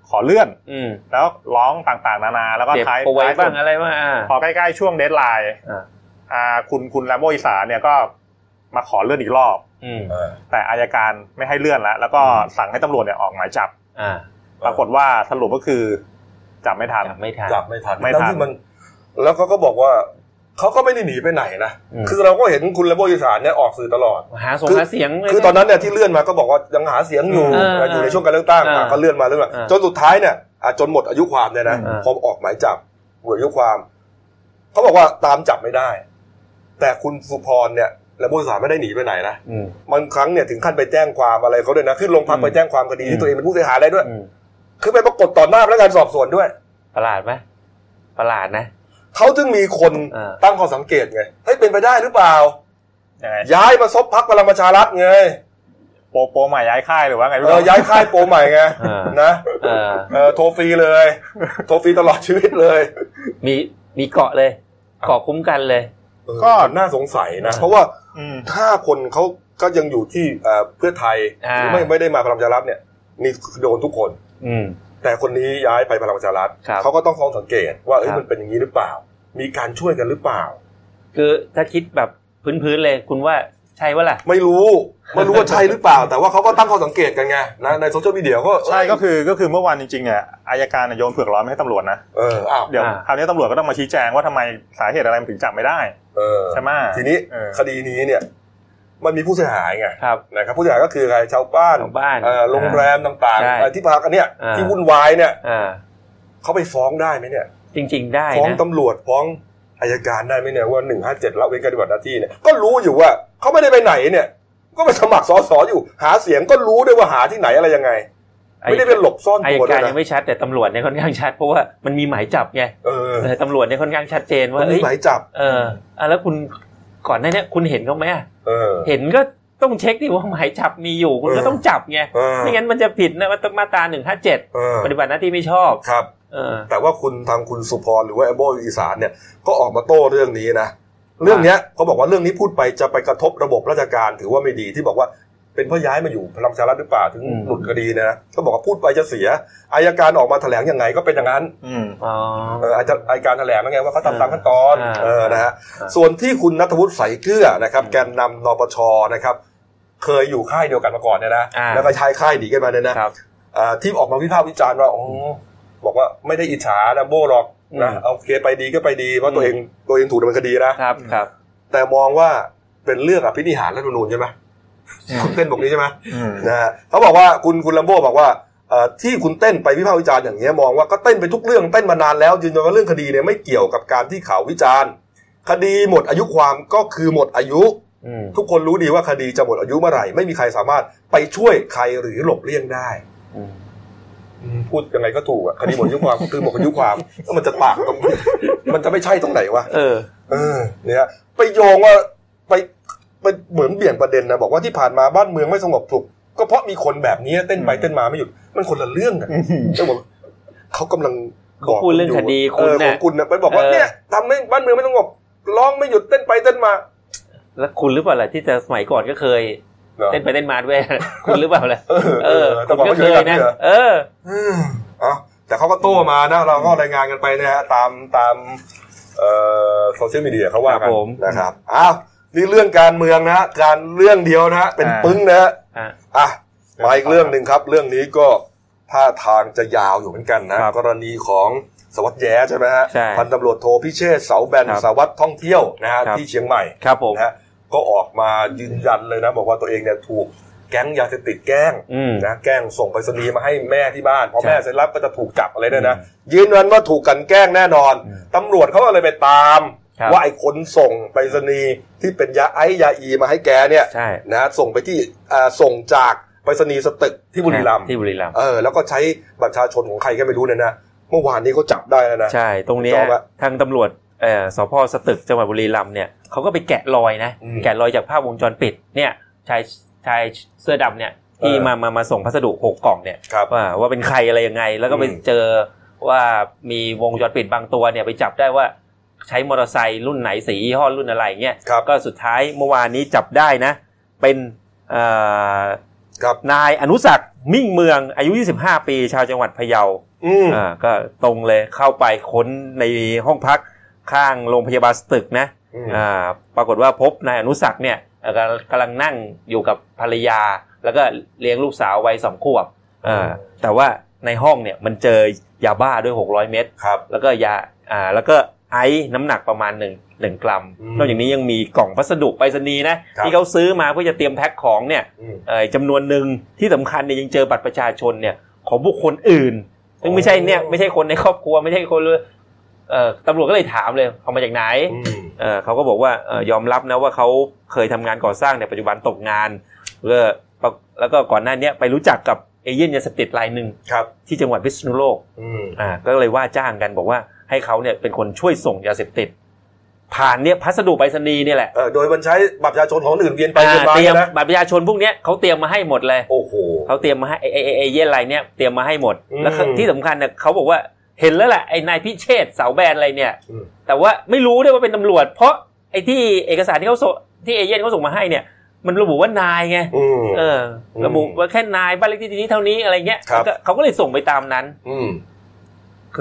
S3: ขอเลื่อน
S2: อืม
S3: แล้วร้องต่างๆนานาแล้วก็
S2: เจ็บ
S3: ท้าย
S2: ป่วย
S3: ท้ายสุ
S2: บ้าง
S3: ด
S2: อะไรบ้างอ่า
S3: พอใกล้ๆช่วงเดทไลน์
S2: อ่า
S3: อ่าคุณคุณแลมโบอีสานเนี่ยก็มาขอเลื่อนอีกรอบ
S2: อืม
S3: แต่อายการไม่ให้เลื่อนแล้ว แล้วก็สั่งให้ตำรวจเนี่ยออกหมายจับ
S2: อ่า
S3: ปรากฏว่าสรุปก็คือจับไม่ทัน
S2: จับไม่ทัน
S1: จับไม่ทัน
S3: ไม่ทัน
S1: ทั้งที่มัน แล้วเขาก็บอกว่าเขาก็ไม่ได้หนีไปไหนนะ
S2: อืม
S1: คือเราก็เห็นคุณระโบอีสานเนี่ยออกสื่อตลอด
S2: หาส่งหาเสียงเลย
S1: คือตอนนั้นเนี่ยที่เลื่อนมาก็บอกว่ายังหาเสียงอยู่
S2: เออเออ
S1: อยู่ในช่วงการเลือกตั้ง
S2: เออ
S1: ก็เลื่อนมาเรื่อย
S2: เออ
S1: ๆจนสุดท้ายเนี่ยอ่ะจนหมดอายุความเนี่ยนะ
S2: เออ
S1: พอออกหมายจับหมดอายุความเขาบอกว่าตามจับไม่ได้ แต่คุณสุพรเนี่ยระโบอีสานไม่ได้หนีไปไหนนะ
S2: อืม
S1: บางครั้งเนี่ยถึงขั้นไปแจ้งความอะไรเขาด้วยนะขึ้นโรงพักไปแจ้งความคดี
S2: อื
S1: ที่
S2: ม
S1: ตัวเองเป็นผู้เสียหายได้ด้วย
S2: อืม
S1: คือไปปรากฏต่อหน้าพนักงานสอบสวนด้วย
S2: ประหลาดไหมประหลาดนะ
S1: เขาถึงมีคน
S2: เออ
S1: ตั้งข้อสังเกตไง เฮ้ยเป็นไปได้หรือเปล่า
S3: ยังไง
S1: ย้ายมาซบพักพลังประชารัฐไง
S3: โปรโปรใหม่ย้ายค่ายหรือว่าไง
S1: เออย้ายค่ายโปรใหม่ไง
S2: เออ
S1: นะ
S2: เออ
S1: เออโทรฟรีเลย โทรฟรีตลอดชีวิตเลย
S2: มีมีเกาะเลย เกาะคุ้มกันเลย
S1: เออก็น่าสงสัยนะ เพราะว่า
S3: อืม
S1: ถ้าคนเขาก็ยังอยู่ที่เอ่อเพื่อไทย
S2: อ่า
S1: หรือไม่ไม่ได้มาพลังประชารัฐเนี่ยนี่โดนทุกคน
S2: อืม
S1: แต่คนนี้ย้ายไปพลังประชารัฐ
S2: ครับ
S1: เขาก็ต้องต้องสังเกต ว่าเอ้ย
S2: ครับ
S1: มันเป็นอย่างนี้หรือเปล่า มีการช่วยกันหรือเปล่า
S2: คือถ้าคิดแบบพื้นๆเลยคุณว่าใช่วะล่ะ
S1: ไม่รู้ไม่รู้ว่าใช่หรือเปล่า [laughs] แต่ว่าเขาก็ตั้งข้อสังเกตกันไงนะในโซเชียลมีเดียก็
S3: ใช่ก็คือก็คือเมื่อวานจริงๆเนี่ยอายการเนี่ยโยนเผือกร้อนไม่ให้ตำรวจนะ
S1: เอออ้าว
S3: เดี๋ยว
S2: อ่า
S3: คราวนี้ตำรวจก็ต้องมาชี้แจงว่าทำไมสาเหตุอะไรมันถึงจับไม่ได้
S1: เออ
S3: ใช่ไหม
S1: ทีนี้
S3: เออ
S1: คดีนี้เนี่ย มันมีผู้เสียหายไง
S2: ครับ
S1: นะครับผู้เสียหายก็คือใครชาวบ้าน
S2: ชาวบ้าน
S1: เอ่อโรงแรมต่าง
S2: ใช่
S1: ๆเอ่อที่พักอันเนี้ย
S2: อ่า
S1: ที่วุ่นวายเนี่ย
S2: อ่า
S1: เขาไปฟ้องได้ไหมเนี่ย
S2: จริง ๆ ได้
S1: ฟ้อง
S2: นะ
S1: ตำรวจฟ้องอายการได้ไหมเนี่ยว่าหนึ่งห้าเจ็ดละเว้นการปฏิบัติหน้าที่เนี่ยก็รู้อยู่ว่าเขาไม่ได้ไปไหนเนี่ย ก็ไปสมัครสอสออยู่ หาเสียงก็รู้ด้วยว่าหาที่ไหนอะไรยังไง ไม่ได้ไปหลบซ่อน
S2: อา
S1: ตั
S2: ยว
S1: ด้ย
S2: กาว รยั
S1: นะ
S2: งไม่ชัดแต่ตำรวจเนี่ยค่อนข้างชัด เพราะว่ามันมีหมายจับไง
S1: เออ
S2: เออตำรวจเนี่ยค่อนข้างชัดเจนว่า
S1: มัน
S2: เอ้
S1: มี
S2: ย
S1: หมายจับ
S2: เอออ่ะแล้วคุณก่อนหน้าเนี้คุณเห็นเขาไหมอะ
S1: เออ
S2: เห็นก็ต้องเช็คดิว่าหมายจับมีอยู่คุณก็
S1: เออ
S2: ต้องจับไง
S1: เออ
S2: ไม่งั้นมันจะผิดนะมาตมาตราหนึ่งห้าเจ็ด
S1: เออ
S2: ปฏิบัติหน้าที่ไม่ชอบ
S1: ครับ
S2: เออ
S1: แต่ว่าคุณทางคุณสุพรหรือว่าไอโบอีสานเนี่ยก็ออกมาโต้เรื่องนี้นะ เรื่องเนี้ยเขาบอกว่าเรื่องนี้พูดไปจะไปกระทบระบบราชการถือว่าไม่ดีที่บอกว่าเป็นเพราะย้ายมาอยู่พลังประชารัฐหรือเปล่าถึง
S2: อืม
S1: หลุดคดีเนยนะเขาบอกว่าพูดไปจะเสียอายการออกมาแถลงยังไงก็เป็นอย่างนั้น
S3: อืม
S2: อ๋อ
S1: เอออาจจะอายการแถลงแล้วไงว่าเขาทำตามขั้นตอน
S2: อ่า
S1: เออ นะฮะ
S2: อ่า
S1: ส่วนที่คุณนัทวุฒิใสายเกลือนะครับ
S3: อืม
S1: แกนนำนปช นะครับ เคยอยู่ค่ายเดียวกันมาก่อนเนี่ยนะ
S2: อ่า
S1: แล้วก็ใช้ค่ายหนีกันมาเนี่ยนะครับ อ่าที่ออกมาวิพากษ์วิจารณ์ว่าอ๋อบอกว่าไม่ได้อิจฉาดัมโบ้หรอกนะ
S2: อืม
S1: เอาเคไปดีก็ไปดี เพราะตัวเองตัวเองถูกดำเนินคดีนะ
S2: ครับครับ
S1: แต่มองว่าเป็นเรื่องอภินิหารรัฐธรรมนูญใช่ไหม
S3: อืม
S1: คุณเต้นบอกนี้ใช่ไหม
S3: อืม
S1: นะฮะเขาบอกว่าคุณคุณลัมโบ้บอกว่าเอ่อที่คุณเต้นไปวิพากษ์วิจารณ์อย่างเงี้ยมองว่าก็เต้นไปทุกเรื่องเต้นมานานแล้วยืนยันว่าเรื่องคดีเนี่ยไม่เกี่ยวกับการที่ข่าววิจารณ์ คดีหมดอายุความก็คือหมดอายุ
S2: อืม
S1: ทุกคนรู้ดีว่าคดีจะหมดอายุเมื่อไหร่ไม่มีใครสามารถไปช่วยใครหรือหลบเลี่ยงได้
S2: อืม
S1: พูดยังไงก็ถูกอะคดีหมดอายุความก็คือหมดอายุความแล้วมันจะปากตรงมันจะไม่ใช่ตรงไหนวะ
S2: เออ
S1: เออเนี่ยไปโยงว่าไปไปเหมือนเบี่ยงประเด็นนะบอกว่าที่ผ่านมาบ้านเมืองไม่สงบสุขก็เพราะมีคนแบบนี้เต้นไป
S3: อืม
S1: เต้นมาไม่หยุดมันคนละเรื่องกันเบอกเขากำลัง
S2: เขาพูดเรื่องคดีคุ
S1: เอ
S2: ณ
S1: อข
S2: น่ะ
S1: องคุณนะไปบอกว่า
S2: เออ
S1: เนี่ยทำให้บ้านเมืองไม่สงบร้องไม่หยุดเต้นไปเต้นมา
S2: แล้วคุณหรือเปล่าล่ะที่แต่สมัยก่อนก็เคย
S1: หรอ
S2: เต้นไปเต้นมาด้วย [laughs] คุณหรือเปล่าล่ะ
S1: เออ
S2: เออ
S1: แต่
S2: คุณ
S1: บอก
S2: ก็
S1: ว่าอ
S2: เค
S1: ยู่
S2: ย
S1: ด้วยกัน
S2: นะ
S1: เนี่ยเหรอ
S2: เออ
S1: อืมเอ้าแต่เขาก็โต้มานะเราก็รายงานกันไปนะฮะตามตามเอ่อโซเชียลมีเดียเขาว่ากั
S2: คน รับผม
S1: นะครับอ้าวนี่เรื่องการเมืองนะฮะการเรื่องเดียวนะฮะเป็น
S3: อ่า
S1: ปึ้งนะฮะ
S2: อ่ะ
S1: อ่ะมาอีกเรื่องหนึ่งครับ เรื่องนี้ก็ท่าทางจะยาวอยู่เหมือนกันนะ
S2: ครับ
S1: กรณีของสารวัสดแย้ใช่ไหมฮะ
S2: ใช่
S1: พันตำรวจโทพิเชษฐ์เสาแบน
S2: ครับ
S1: สารวัสดท่องเที่ยวนะฮะ
S2: ครับ
S1: ที่เชียงใหม่
S2: ครับผม
S1: นะฮะก็ออกมายืนยันเลยนะ บอกว่าตัวเองเนี่ยถูกแก๊งยาเสพติดแกล้ง
S2: อืม
S1: นะแกล้งส่งไปรษณีย์มาให้แม่ที่บ้านพอ
S2: ใช่
S1: แม่เสร็จรับก็จะถูกจับอะไรเนี่ยนะยืนยันว่าถูกกลันแกล้งแน่นอน
S2: อืม
S1: ตำรวจเขาก็เลยไปตาม
S2: ครับ
S1: ว่าไอ้คนส่งไปรษณีย์ที่เป็นยาไอซ์ยาอีมาให้แกเนี่ย
S2: ใช่
S1: นะฮะส่งไปที่อ่าส่งจากไปรษณีย์สตึกที่บุรีรัมย์
S2: ที่บุรีรัมย์
S1: เออแล้วก็ใช้บัตรประชาชนของใครก็ไม่รู้เนี่ยนะเมื่อวานนี้เขาจับได้แล้วนะ
S2: ใช่ตรงเนี้ย
S1: จอบอะ
S2: ทางตำรวจเอ่อสพสตึกจังหวัดบุรีรัมย์เนี่ยเขาก็ไปแกะรอยนะ
S1: อืม
S2: แกะรอยจากภาพวงจรปิดเนี่ยชายชายเสื้อดำเนี่ยที่
S1: เออ
S2: มามามาส่งพัสดุหกกล่องเนี่ย
S1: ครับ
S2: ว่าว่าเป็นใครอะไรยังไง แล้วก็ไป
S1: อืม
S2: เจอว่ามีวงจรปิดบางตัวเนี่ยไปจับได้ว่าใช้มอเตอร์ไซค์รุ่นไหนสียี่ห้อรุ่นอะไรเงี้ย
S1: ครับ
S2: ก็สุดท้ายเมื่อวานนี้จับได้นะ เป็นเอ่อ
S1: ครับ
S2: นายอนุศักดิ์มิ่งเมืองอายุ 25 ปีชาวจังหวัดพะเยา
S1: อืม
S2: [laughs] อ่าก็ตรงเลยเข้าไปค้นในห้องพักข้างโรงพยาบาลสตึกนะ
S1: อืม
S2: อ่าปรากฏว่าพบนายอนุศักดิ์เนี่ยเอ่อกำลังกำลังนั่งอยู่กับภรรยา แล้วก็เลี้ยงลูกสาววัยสองขวบ เออแต่ว่าในห้องเนี่ยมันเจอยาบ้าด้วย 600 เม็ด
S1: ครับ
S2: แล้วก็ยาอ่าแล้วก็ไอซ์น้ำหนักประมาณ1นึ่งกรัม
S1: อืม
S2: นอกจากนี้ยังมีกล่องพัสดุไปรษณีย์นะครับ ที่เขาซื้อมาเพื่อจะเตรียมแพ็คของเนี่ย
S1: อืม
S2: เอ่อจำนวนหนึ่งที่สำคัญเนี่ยยังเจอบัตรประชาชนเนี่ยของบุคคลอื่นซึ่งไม่ใช่เนี่ย
S1: อ๋อ
S2: ไม่ใช่คนในครอบครัวไม่ใช่คนเลยเอ่อตำรวจก็เลยถามเลยเอามาจากไหน
S1: อืม
S2: เอ่อเขาก็บอกว่าเอ่อยอมรับนะว่าเขาเคยทำงานก่อสร้างเนี่ยปัจจุบันตกงานแล้วก็แล้วก็ก่อนหน้าเนี้ยไปรู้จักกับเอเย่นยาเสพติดรายหนึ่ง
S1: ครับ
S2: ที่จังหวัดพิษณุโลก
S1: อืม
S2: อ่าก็เลยว่าจ้างกันบอกว่าให้เขาเนี่ยเป็นคนช่วยส่งยาเสพติด ผ่านเนี่ยพัสดุไปรษณีย์เนี่ยแหละ
S1: เออโดยมันใช้บัตรประชาชนของคนอื่นเวียนไปเวี
S2: อ่า
S1: ยนมา
S2: เตรีย
S1: เนี่
S2: ม
S1: ยนะ
S2: บัตรประชาชนพวกเนี้ยเขาเตรียมมาให้หมดเลย
S1: โอ้โห
S2: เขาเตรียมมาให้ไอไอ้ไอ้ไอเย่นรายเนี่ยเตรียมมาให้หมด
S1: อืม
S2: แล้วที่สำคัญเนี่ยเขาบอกว่าเห็นแล้วแหละไอ้นายพิเชษฐ์เสาแบนอะไรเนี่ย
S1: อืม
S2: แต่ว่าไม่รู้ด้วยว่าเป็นตำรวจ เพราะไอ้ที่เอกสารที่เขาส่งที่เอเย่นเขาส่งมาให้เนี่ย มันระบุว่านายไง
S1: อืม
S2: เออ
S1: อืม
S2: ระบุว่าแค่นายบ้านเลขที่นี้เท่านี้อะไรเงี้ย
S1: ครับ
S2: เขาก็เขาก็เลยส่งไปตามนั้น
S1: อืม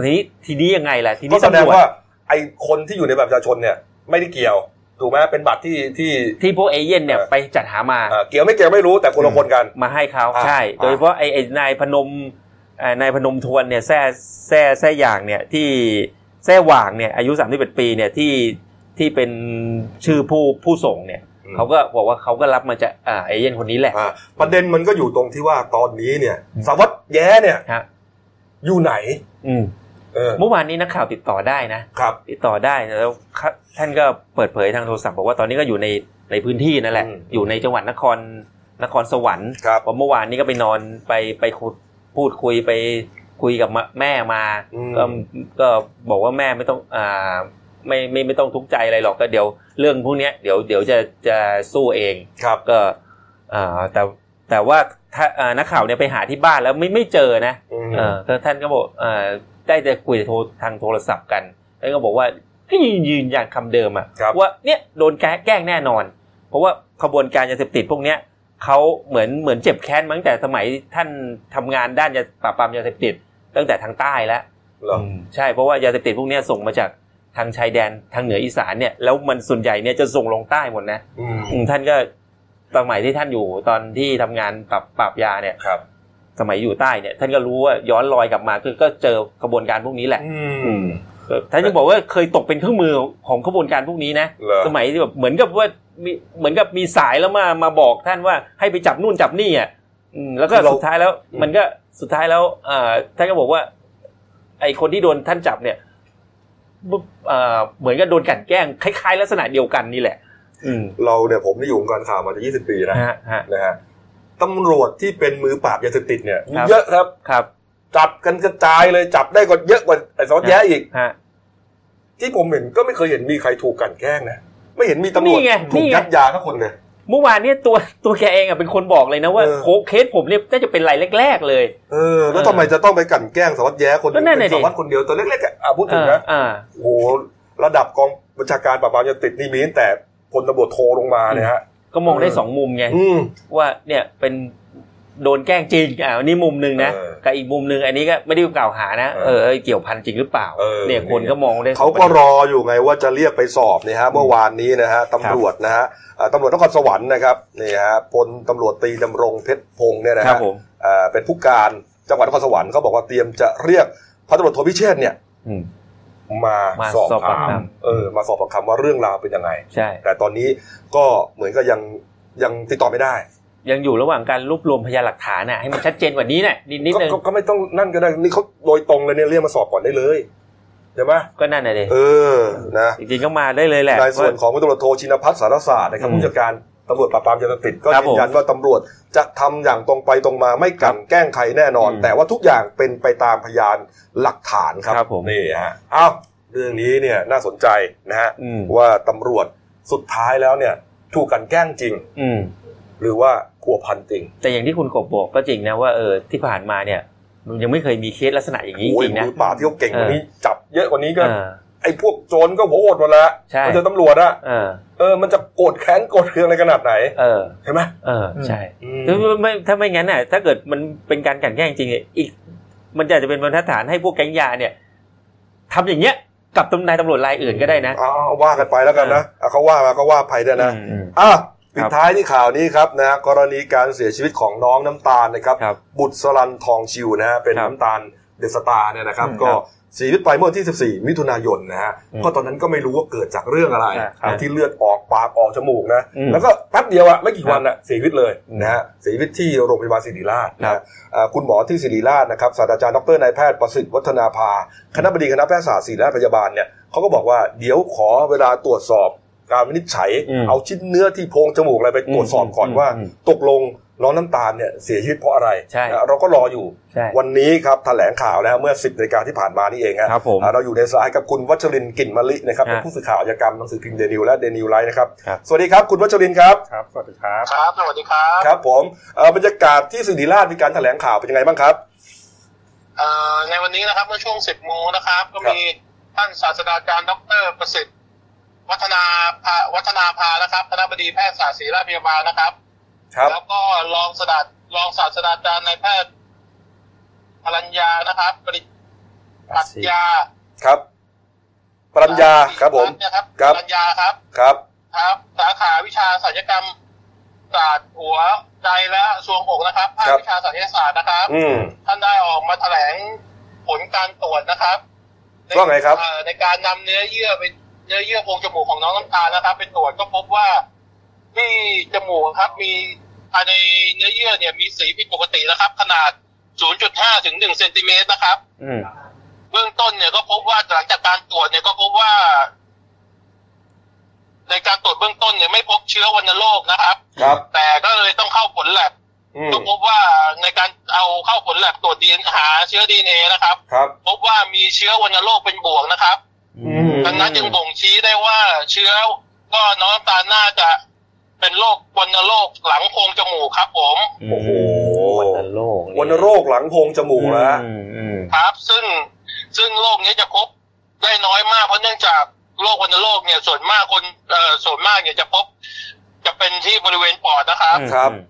S2: ทีนี้ทีนี้ยังไงล่ะที
S1: ก็
S2: นี้
S1: แสดง
S2: ตำรวจ
S1: ว่าไอ้คนที่อยู่ในบัตรประชาชนเนี่ย ไม่ได้เกี่ยวถูกไหมเป็นบัตรที่ที่
S2: ที่พวกเอเย่นเนี่ย
S1: เออ
S2: ไปจัดหามา
S1: เอ่อเกี่ยวไม่เกี่ยวไม่รู้แต่คนละคนกัน
S2: มาให้เขา
S1: อ่า
S2: ใช่
S1: อ่า
S2: โดยเฉพาะไอ้ไอ้นายพนมเอ่อนายพนมทวนเนี่ยแซ่แซ่แซ่หย่างเนี่ยที่แซ่หว่างเนี่ยอายุ31ปีเนี่ยที่ที่เป็นชื่อผู้ผู้ส่งเนี่ยเขาก็บอกว่าเขาก็รับมาจากอ่าเอเย่นคนนี้แหละ
S1: อ่าประเด็นมันก็อยู่ตรงที่ว่าตอนนี้เนี่ยสารวัสดแย้เนี่ย
S2: ฮะ
S1: อยู่ไหน
S2: อืม
S1: เออ
S2: เมื่อวานนี้นักข่าวติดต่อได้นะครับ ติดต่อได้แล้วครับท่านก็เปิดเผยทางโทรศัพท์บอกว่าตอนนี้ก็อยู่ในในพื้นที่นั่นแหละ
S1: อืม
S2: อยู่ในจังหวัดนครนครสวรรค์
S1: ครับ
S2: ว่าเมื่อวานนี้ก็ไปนอนไปไปคุยพูดคุยไปคุยกับมะแม่มา
S1: อืม
S2: ก็ก็บอกว่าแม่ไม่ต้องอ่าไม่ไม่ไม่ต้องทุกข์ใจอะไรหรอกก็เดี๋ยวเรื่องพวกเนี้ยเดี๋ยวเดี๋ยวจะจะสู้เอง
S1: ครับ
S2: ก็อ่าแต่แต่ว่าถ้าอ่านักข่าวเนี่ยไปหาที่บ้านแล้วไม่ไม่เจอนะ
S1: อืม
S2: เออก็ท่านก็บอกเออได้แต่คุยโทรทางโทรศัพท์กันท่านก็บอกว่า ก็ยืนยืนยันคำเดิมอะ
S1: ครับ
S2: ว่าเนี่ยโดนแกแกล้งแน่นอน เพราะว่าขบวนการยาเสพติดพวกเนี้ยเขาเหมือนเหมือนเจ็บแค้นมาตั้งแต่สมัยท่านทำงานด้านยาปราบปรามยาเสพติดตั้งแต่ทางใต้แล้ว
S1: เหรอ
S2: ใช่เพราะว่ายาเสพติดพวกเนี้ยส่งมาจากทางชายแดนทางเหนืออีสานเนี่ยแล้วมันส่วนใหญ่เนี่ยจะส่งลงใต้หมดนะ
S1: อืม
S2: อืมท่านก็สมัยที่ท่านอยู่ตอนที่ทำงานปรับปราบยาเนี่ย
S1: ครับ
S2: สมัยอยู่ใต้เนี่ย ท่านก็รู้ว่าย้อนรอยกลับมาก็ก็เจอกระบวนการพวกนี้แหละ
S3: อืม
S1: อืม
S2: ก็ท่านยังบอกว่าเคยตกเป็นเครื่องมือของขบวนการพวกนี้นะ
S1: เหรอ
S2: สมัยที่แบบเหมือนกับว่ามีเหมือนกับมีสายแล้วมามาบอกท่านว่าให้ไปจับนู่นจับนี่อ่ะอืมแล้วก็
S1: เรา
S2: สุดท้ายแล้ว มันก็สุดท้ายแล้วเอ่อท่านก็บอกว่า ไอคนที่โดนท่านจับเนี่ยเอ่อเหมือนกับโดนกลันแกล้งคล้ายๆ ลักษณะเดียวกันนี่แหละ อืม
S1: เราเนี่ยผมได้อยู่วงการข่าวมาจะยี่สิบปีนะ
S2: ฮะฮะ
S1: นะฮะตำรวจที่เป็นมือปราบยาเสพติดเนี่ย
S2: ครับ
S1: เยอะครับ
S2: ครับ
S1: จับกันกระจายเลยจับได้กว่าเยอะกว่าไอ้สารวัสดแย้อีก
S2: ฮะ
S1: ที่ผมเห็นก็ไม่เคยเห็นมีใครถูกกลันแกล้งนะไม่เห็นมีตำรวจ
S2: นี่ไง
S1: ถู
S2: นี่
S1: ก
S2: ไง
S1: ยัดยาทักคนเลย
S2: เมื่อวานเนี่ยตัวตัวแกเองอ่ะเป็นคนบอกเลยนะว่า
S1: เออ
S2: โคเคสผมเนี่ยน่าจะเป็นรายแรก ๆ เลย
S1: เออแล้วทำไมจะต้องไปกลันแกล้งสารวัสดแย้คนหนึง
S2: ก็นั่น
S1: เป็
S2: น่ะ
S1: น
S2: ดิ
S1: สารวัตรคนเดียวตัวเล็กๆอะอ่ะพูดถึง
S2: เออ
S1: นะ
S2: อ่า
S1: โอ้โหระดับกองบัญชาการปราบปรามยาเสพติดนี่มีตั้งแต่พลตำรวจโทลงมาเนี่ยฮะ
S2: ก็มองได้
S1: เออ
S2: สองมุมไง
S1: อืม
S2: ว่าเนี่ยเป็นโดนแกล้งจริงอ่านี่มุมหนึ่งนะ
S1: เออ
S2: กับอีกมุมหนึ่งอันนี้ก็ไม่ได้กล่าวหานะ
S1: เอ
S2: เอ
S1: อ
S2: อเออเกี่ยวพันจริงหรือเปล่า
S1: เออ
S2: เนี่ยคน
S1: นี่
S2: ก็มองได้สอง
S1: เขาก็
S2: ประด็น
S1: รออยู่ไงว่าจะเรียกไปสอบเนี่ยฮะเมื่อวานนี้นะฮะตำรวจนะฮะอ่าตำรวจนครสวรรค์นะครับนี่ฮะพลตำรวจตรีดำรงเพชรพงศ์เนี่ยนะ
S2: ครั
S1: ฮะ
S2: บผม
S1: อ่าเป็นผู้การจังหวัดนครสวรรค์เขาบอกว่าเตรียมจะเรียกพันตำรวจโทพิเชษฐ์เนี่ย
S2: อืม
S1: มา
S2: มา
S1: สอบ
S2: สอบ
S1: ถา
S2: ปา
S1: ม
S2: กคำ
S1: เออมาสอบปากคำว่าเรื่องราวเป็นยังไง
S2: ใช่
S1: แต่ตอนนี้ก็เหมือนกับยังยังติดต่อไม่ได้
S2: ยังอยู่ระหว่างการรวบรวมพยานหลักฐานน่ะให้มันชัดเจนกว่านี้น่ะนิดนิด
S1: ก็
S2: นึง
S1: ก็ก็ไม่ต้องนั่นก็ได้นี่เขาโดยตรงเลยเนี่ยเรียกมาสอบก่อนได้เลยใช่ไหม
S2: ก็นั่นน่ะเลย
S1: เออนะ
S2: จริงๆก็มาได้เลยแหละ
S1: ในส่วน
S2: ว่า
S1: ของพลตำรวจโทชินพัฒน์สารศาสตร์นะครับ
S2: อืม
S1: ผู้จัดการตำรวจปราบปรามยาเสพติดก็
S2: ครับ
S1: ยืนยันว่าตำรวจจะทำอย่างตรงไปตรงมาไม่กลั่นแกล้งใครแน่นอน
S2: อืม
S1: แต่ว่าทุกอย่างเป็นไปตามพยานหลักฐานครั
S2: ครับผม
S1: นี่ฮะเอ้าเรื่องนี้เนี่ยน่าสนใจนะฮะ
S2: อืม
S1: ว่าตำรวจสุดท้ายแล้วเนี่ยถูกกลันแกล้งจริง
S2: อืม
S1: หรือว่าขัวพันจริง
S2: แต่อย่างที่คุณกบบอกก็จริงนะว่าเออที่ผ่านมาเนี่ย มันยังไม่เคยมีเคสลักษณะอย่างนี้
S1: โอ้
S2: จ
S1: ย
S2: ริงๆนะ
S1: มือป่าบที่เขาเก่งกว่า
S2: เออ
S1: นี้จับเยอะกว่านี้ก็
S2: เออ
S1: ไอ้พวกโจรก็หัวโหดหมดแล้ว
S2: ใช่
S1: มัเจอตำรวจอะ
S2: เออ
S1: เออมันจะโกรธแค้นโกรธเคืองอะไรขนาดไหน
S2: เออ
S1: เห็นไหม
S2: เออ ใช่
S1: อืม
S2: ถ้าไม่ถ้าไม่งั้นน่ะ ถ้าเกิดมันเป็นการกลันแกล้งจริงๆอีก มันอาจจะเป็นบรรทัดฐานให้พวกแก๊งยาเนี่ยทำอย่างเงี้ยกับตำนายตำรวจรายอื่นก็ได้นะ
S1: เอาเอาว่ากันไปแล้วกันนะเอาเขาว่ามาก็ว่าไปด้วยนะ
S2: อืมอืม
S1: อ่ะปิดท้ายที่ข่าวนี้ครับนะฮะกรณีการเสียชีวิตของน้องน้ำตาลนะครับ
S2: ครับ
S1: ตรสลันทองชิวนะฮะเป็น
S2: ครับ
S1: น้ำตาลเดอะสตาร์เนี่ยนะครับ
S2: อืม
S1: ก็
S2: ครับ
S1: เสียชีวิตไปเมื่อวันที่ 14 มิถุนายนนะฮะ
S2: อืม
S1: ก็ตอนนั้นก็ไม่รู้ว่าเกิดจากเรื่องอะไร
S2: ครับ
S1: นะที่เลือดออกปากออกจมูกนะ
S2: อืม
S1: แล้วก็แป๊บเดียวอะไม่กี่วันอะเสียชีวิตเลย
S2: อืม
S1: นะฮะเสียชีวิตที่โรงพยาบาลศิริราชนะ
S2: ครั
S1: ฮะ
S2: บ
S1: อ่าคุณหมอที่ศิริราชนะครับศาสตราจารย์ดรนายแพทย์ประสิทธิ์วัฒนาภาคณะบดีคณะแพทยศาสตร์ศิริราชพยาบาลเนี่ย เขาก็บอกว่าเดี๋ยวขอเวลาตรวจสอบการวินิจฉัย
S2: อืม
S1: เอาชิ้นเนื้อที่โพรงจมูกอะไรไปตรวจสอบก่อน
S2: อืม
S1: ว่า
S2: อืม
S1: ตกลงน้องน้ำตาลเนี่ยเสียชีวิตเพราะอะไร
S2: ใช่
S1: นะเราก็รออยู่
S2: ใช่
S1: วันนี้ครับแถลงข่าวแล้วเมื่อ 10นาฬิกาที่ผ่านมานี่เองฮะ
S2: ครับผม
S1: อ่าเราอยู่ในสายกับคุณวัชรินทร์กลิ่นมะลินะครับ
S2: ฮะ
S1: เป็นผู้สื่อข่าวอาชญากรรมหนังสือพิมพ์เดนิวและเดนิวไลท์นะครับ
S2: ครับ
S1: สวัสดีครับคุณวัชรินทร์ครับ
S3: ครับ สวัสดีครับ
S4: ครับ สวัสดีครับ
S1: ครับผมเอ่อบรรยากาศที่สิริราชมีการแถลงข่าวเป็นยังไงบ้างครับ
S4: เอ่อในวันนี้นะครับเมื่อช่วง 10โมงนะครับ ก็มีท่านศาสตราจารย์ดร ประสิทธิ์ วัฒนาภาวัฒนาภานะครับคณะบดีแพทยศาสตร์ศิริราชพยาบาลนะครับ
S1: ครับ
S4: แล้วก็รองศาสตราจารองศาสตราจารย์นายแพทย์อรัญญานะครับปริปรัชญา
S1: ครับปรัญญาครับผม
S4: นะครับ
S1: ครับ
S4: ปรัญญาครับ
S1: ครับ
S4: ครับ สาขาวิชาศัลยกรรมศาสตร์หัวใจและทรวงอกนะครับภาควิชาศัลยศาสตร์นะครับ
S1: อืม
S4: ท่านได้ออกมาแถลงผลการตรวจนะครับ
S1: ว่าไงครับ
S4: เอ่อในการนำเนื้อเยื่อเป็นเนื้อเยื่อโพรงจมูกของน้องน้ำตาลนะครับไปตรวจก็พบว่าที่จมูกครับ มีภายในเนื้อเยื่อเนี่ยมีสีผิดปกตินะครับ ขนาด 0.5 ถึง 1 เซนติเมตรนะครับ
S2: อืม
S4: เบื้องต้นเนี่ยก็พบว่าหลังจากการตรวจเนี่ยก็พบว่า ในการตรวจเบื้องต้นเนี่ยไม่พบเชื้อวัณโรคนะครับ
S1: ครับ
S4: แต่ก็เลยต้องเข้าผลแลบ
S1: อืม
S4: ก็พบว่าในการเอาเข้าผลแลบตรวจดีนหาเชื้อดีเอนะครับ
S1: ครับ
S4: พบว่ามีเชื้อวัณโรคเป็นบวกนะครับ
S1: อืม
S4: ดังนั้นจึงบ่งชี้ได้ว่าเชื้อก็น้องน้ำตาลน่าจะเป็นโรควัณโรคหลังโพรงจมูกครับ ผม
S1: โอ้โห
S2: วัณโรค
S1: วัณโรคหลังโพรงจมูกแล้ว
S2: อืมอืม
S4: ครับ ซึ่งซึ่งโรคนี้จะพบได้น้อยมากเพราะเนื่องจาก โรควัณโรคเนี่ยส่วนมากคนเอ่อส่วนมากเนี่ยจะพบ จะเป็นที่บริเวณปอดนะครับ
S2: อืม
S1: ครับ
S2: อืม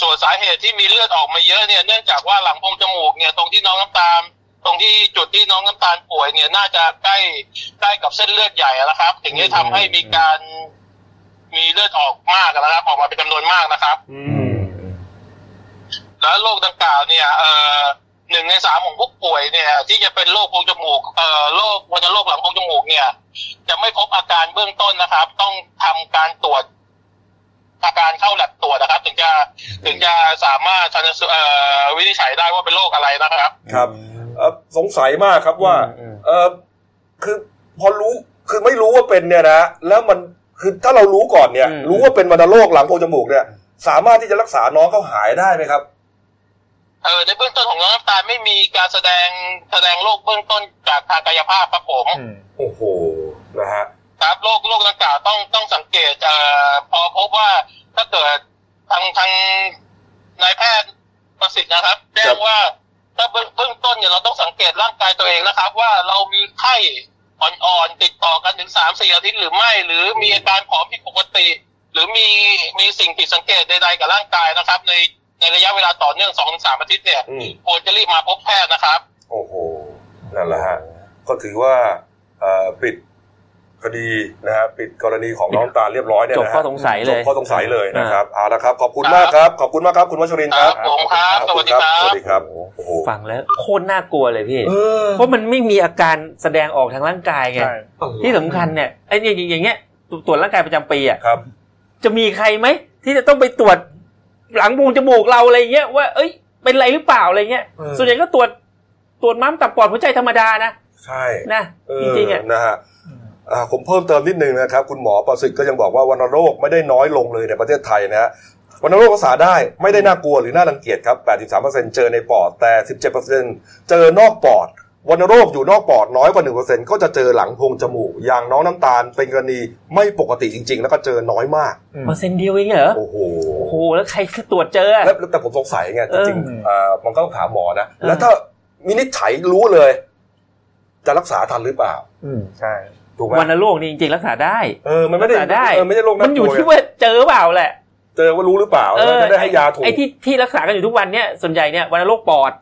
S4: ส่วนสาเหตุที่มีเลือดออกมาเยอะเนี่ยเนื่องจากว่าหลังโพรงจมูกเนี่ยตรงที่น้องน้ำตาลตรงที่จุดที่น้องน้ำตาลป่วยเนี่ยน่าจะใกล้ใกล้กับเส้นเลือดใหญ่แล้วครับ ถึงได้ทำให้มีการมีเลือดออกมากนะครับ ออกมาเป็นจำนวนมากนะครับ
S3: อื
S2: อื
S3: ม
S2: ม
S4: แล้วโรคดังกล่าวเนี่ยเอ่อหนึ่งในสามของผู้ป่วยเนี่ย ที่จะเป็นโรคโพรงจมูกเอ่อโรควัณโรคหลังโพรงจมูกเนี่ย จะไม่พบอาการเบื้องต้นนะครับ ต้องทำการตรวจ อาการเข้าแลบตรวจนะครับ ถึงจะถึงจะสามารถชันสูเอ่อวินิจฉัยได้ว่าเป็นโรคอะไรนะครับ
S1: ครับเอ่อสงสัยมากครับว่า
S2: อืม
S1: เออคือพอรู้คือไม่รู้ว่าเป็นเนี่ยนะแล้วมันคือถ้าเรารู้ก่อนเนี่ย
S2: อืม
S1: รู้ว่าเป็นวัณโรคหลังโพรงจมูกเนี่ย สามารถที่จะรักษาน้องเขาหายได้ไหมครับ
S4: เออในเบื้องต้นของน้องน้ำตาลไม่มีการแสดงแสดงโรคเบื้องต้นจากทางกายภาพครับผม
S3: อืม
S1: โอ้โหนะฮะ
S4: ครับโรคโรคดังกล่าวต้องต้องสังเกตเอ่อพอพบว่าถ้าเกิดทางทางนายแพทย์ประสิทธิ์นะครับแจ้
S1: ครั
S4: ง
S1: บ
S4: ว่าถ้าเบื้องเบื้องต้นเนี่ยเราต้องสังเกตร่างกายตัวเองนะครับ ว่าเรามีไข้อ่อนๆติดต่อกันถึงสามสี่อาทิตย์หรือไม่ หรือมีอาการผอมผิดปกติ หรือมีมีสิ่งผิดสังเกตใดๆกับร่างกายนะครับ ในในระยะเวลาต่อเนื่องสองสามอาทิตย์เนี่ย
S1: อืม
S4: ควรจะรีบมาพบแพทย์นะครับ
S1: โอ้โหนั่นแหละฮะก็ถือว่าเอ่อปิดคดีนะฮะปิดกรณีของน้องตาลเรียบร้อยเนี่ย
S2: จบ
S1: นะ
S2: ข้อ
S1: ฮะ
S2: สงสัย
S1: จ
S2: เล
S1: บ
S2: ย
S1: ข้อสงสัยเลยนะครับเอาละครับขอบคุณมากครับขอบคุณมากครับคุณวัชรินทร์ครับ
S4: ครับผมครับ
S1: ขอณ
S4: ส
S1: ส
S4: วั
S1: วัส
S4: สดี
S1: ดี
S4: ค
S1: ค
S4: รั
S1: รับ บโอ้โห
S2: ฟังแล้วโคตรน่ากลัวเลยพี่
S1: เออ
S2: เพราะมันไม่มีอาการแสดงออกทางร่างกายไง
S3: ใช่
S2: ที่สำคัญเนี่ยไอ้เนี่ยอย่างอย่างเงี้ยตรวจร่างกายประจำปีอ่ะ
S1: ครับ
S2: จะมีใครไหมที่จะต้องไปตรวจหลังบูงจมูกเราอะไรเงี้ยว่าเอ้ยเป็นไรหรือเปล่าอะไรเงี้ย ส่วนใหญ่ก็ตรวจตรวจม้ามตับปอดหัวใจธรรมดานะ
S1: ใช่
S2: นะ
S1: เออ
S2: จริงๆอ่ะ
S1: นะฮะอ่าผมเพิ่มเติมนิดนึงนะครับ คุณหมอประสิทธิ์ก็ยังบอกว่าวัณโรคไม่ได้น้อยลงเลยในประเทศไทยนะฮะวัณโรครักษาได้ไม่ได้น่ากลัวหรือน่ารังเกียจครับ 83%เจอในปอด แต่ 17%เจอนอกปอดวัณโรคอยู่นอกปอดน้อยกว่า 1%ก็จะเจอหลังโพรงจมูก อย่างน้องน้ำตาลเป็นกรณีไม่ปกติจริง ๆ แล้วก็เจอน้อยมาก
S3: อืม
S2: เปอร์เซ็นต์เดียวเองเหรอ
S1: โอ้โห
S2: โอ้โหแล้วใครคือตรวจเจออะ
S1: แล้วแล้วแต่ผมสงสัยไง
S2: เอ
S1: จ
S2: อ
S1: ริงๆเอ่อมันก็ต้องถามหมอนะ
S2: เออ
S1: แล้วถ้ามินิจฉัยรู้เลย จะรักษาทันหรือเปล่า
S3: อืม ใช่
S1: ถูกไหม
S2: วันโรคนี่จริงๆรักษาได้
S1: เออ มันไม่ได้
S2: รักษาได้
S1: เออไม่ใช่โรค
S2: มันอยู่ที่ว่าเจอเปล่าแหละ
S1: เจอว่ารู้หรือเปล่าแล้วจะได้ให้ยาถูก
S2: ไอ้ที่ที่รักษากันอยู่ทุกวันเนี่ยส่วนใหญ่เนี่ยวันโรคปอด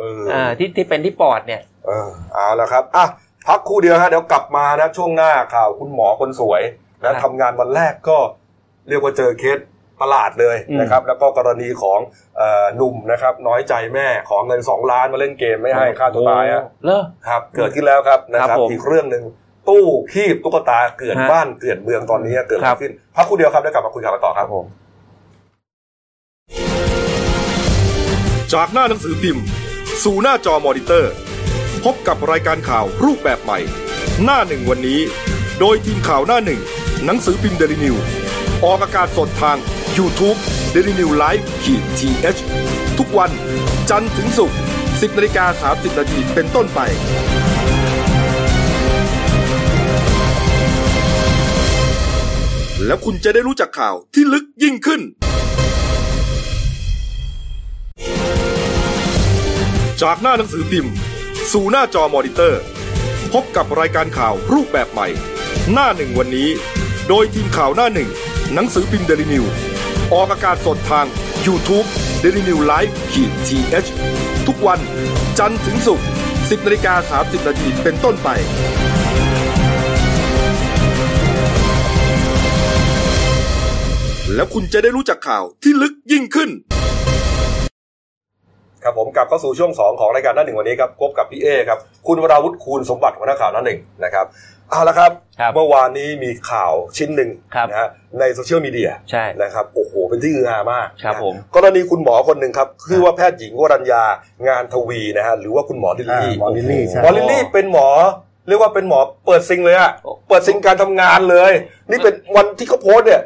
S1: เออ
S2: อ่าที่ที่เป็นที่ปอดเนี่ย
S1: เออเอาละครับอ่ะพักครู่เดียวฮะเดี๋ยวกลับมานะช่วงหน้าข่าวคุณหมอคนสวยนะครับ ทำงานวันแรกก็เรียกว่าเจอเคสประหลาดเลย
S2: อืม
S1: นะครับ แล้วก็กรณีของเอ่อหนุ่มนะครับ น้อยใจแม่ขอเงิน 2 ล้านมาเล่นเกมไม่ให้ค่าตัวตายฮะ
S2: เหรอ
S1: ครับเกิดขึ้นแล้วครับนะค
S2: ครั
S1: รับบ
S2: ผม
S1: อีกเรื่องหนึ่งตู้คีบตุ๊กตาเกลื่อน
S2: ฮะ
S1: บ้านเกลื่อนเมืองตอนนี้เกิดอะไร
S2: ครับ
S1: ขึ้นพักครู่เดียวครับแล้วกลับมาคุยข่าวกันต่อครับผม
S5: จากหน้าหนังสือพิมพ์ สู่หน้าจอมอนิเตอร์ พบกับรายการข่าวรูปแบบใหม่ หน้าหนึ่งวันนี้ โดยทีมข่าวหน้าหนึ่ง หนังสือพิมพ์เดลิวิวออกอากาศสดทาง y o u t u เด d ิวิวไลฟ์ขีดทีเทุกวันจันทร์ถึงศุกร์10นาฬิกา30นาทีเป็นต้นไป แล้วคุณจะได้รู้จักข่าวที่ลึกยิ่งขึ้น จากหน้าหนังสือพิมพ์ สู่หน้าจอมอนิเตอร์ พบกับรายการข่าวรูปแบบใหม่ หน้าหนึ่งวันนี้ โดยทีมข่าวหน้าหนึ่ง หนังสือพิมพ์เดลิวิวออกอากาศสดทาง y o u t u เด d ิวิวไลฟ์ขีดทีเทุกวันจันทร์ถึงศุกร์10นาฬิกา30นาทีเป็นต้นไป แล้วคุณจะได้รู้จักข่าวที่ลึกยิ่งขึ้น
S1: ครับผมกลับเข้าสู่ช่วง 2 ของรายการหนั่นหนึ่งวันนี้ครับพบกับพี่เอครับ คุณวราวุฒิคูณสมบัติหัวหน้าข่าวหนั่นหนึ่งนะครับเอาละครับ
S2: ครับ
S1: เมื่อวานนี้มีข่าวชิ้นหนึ่ง
S2: ครับ
S1: นะฮะในโซเชียลมีเดีย
S2: ใช่
S1: นะครับโอ้โห เป็นที่ฮือฮามาก
S2: ครับ
S1: นะ
S2: ผม
S1: กรณีคุณหมอคนหนึ่งครับชื่อว่าแพทย์หญิงวรัญญางานทวีนะฮะหรือว่าคุณหมอลิลลี่
S6: อ่าหมอลิลลี่ใช่
S1: หมอลิลลี่เป็นหมอ เรียกว่าเป็นหมอเปิดซิงเลยอะเปิดซิงการทำงานเลย นี่เป็นวันที่เขาโพสต์เนี่ย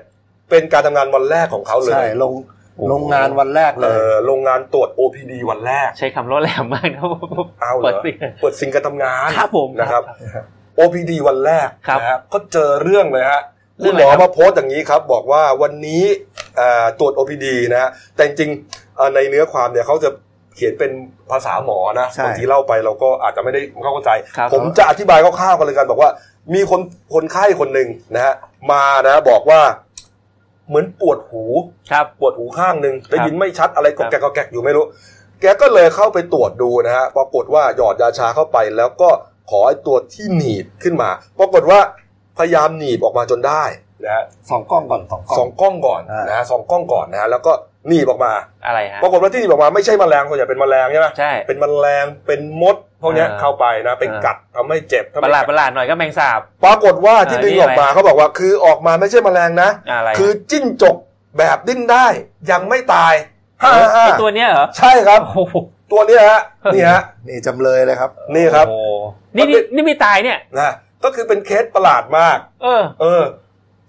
S1: เป็นการทำงานวันแรกของเขาเลย
S6: ใช่ลง
S1: โอ้โห
S6: ลงงานวันแรกเล
S1: เอ่
S6: ย
S1: อโรงงานตรวจ OPD วันแรก
S2: ใช้คำร้อแหลมมากนะ [laughs]
S1: เอาเหร
S2: เปิด
S1: อ
S2: สิ
S1: เปิดซิงการทำงาน
S2: ครับผม
S1: นะครับ OPD วันแรก
S2: ครับ
S1: นะฮะก็เจอเรื่องเลยฮะคุ
S2: เรื่อ
S1: ณ
S2: ง
S1: หมอ
S2: อะไรครับ
S1: มาโพสต์อย่างนี้ครับ บอกว่าวันนี้เอ่อตรวจ OPD นะฮะแต่จริงๆเอ่อในเนื้อความเนี่ยเขาจะเขียนเป็นภาษาหมอนะ
S6: ใช่
S1: บางทีเล่าไปเราก็อาจจะไม่ได้เข้าใจ
S2: ครับ
S1: ผมจะอธิบายคร่าวๆกันเลยกันบอกว่า มีคนคนไข้คนหนึ่งนะฮะมานะบอกว่า เหมือนปวดหู
S2: ครับ
S1: ปวดหูข้างหนึ่งได้ยินไม่ชัดอะไรกอกแกกกอกแกกอยู่ไม่รู้ แกก็เลยเข้าไปตรวจดูนะฮะปรากฏว่าหยอดยาชาเข้าไปแล้วก็ขอไอ้ตัวที่หนีบขึ้นมา ปรากฏว่าพยายามหนีบออกมาจนได้นะฮะ
S6: สองกล้องก่อนสองกล้
S1: ส
S6: อ
S1: อง งกล้องก่อน
S6: อ่าน
S1: นะฮะสองกล้องก่อนนะฮะแล้วก็หนีบออกมา
S2: อะไรฮะ
S1: ปรากฏว่าที่หนีบออกมาไม่ใช่แมลงส่วนใหญ่เป็นแมลงใช่ไหม
S2: ใช่
S1: เป็นแมลงเป็นมดพวกเนี้ย
S2: อ่า
S1: เข้าไปนะไป
S2: อ่า
S1: กัดทำให้เจ็บทำ
S2: ป
S1: ให้
S2: ระหลาดประหลาดหน่อยก็แมงสาบ
S1: ปรากฏว่าที่
S2: อ่า
S1: ดึง
S2: นี่
S1: ออกมา
S2: อะไร
S1: เขาบอกว่าคือออกมาไม่ใช่แมลงนะ
S2: อะไรฮะ
S1: คือจิ้นจกแบบดิ้นได้ยังไม่ตายฮ่าฮ่าฮ่า
S2: ไอตัวเนี้ยเหรอ
S1: ใช่ครับ
S2: โอ้โห
S1: ตัวเนี้ยฮะนี่ฮะ
S6: นี่จำเลยเลยครับ
S1: นี่ครับ
S2: โอ้โหนี่นี่นี่ไม่ตายเนี่ย
S1: นะก็คือเป็นเคสประหลาดมาก
S2: เออ
S1: เออ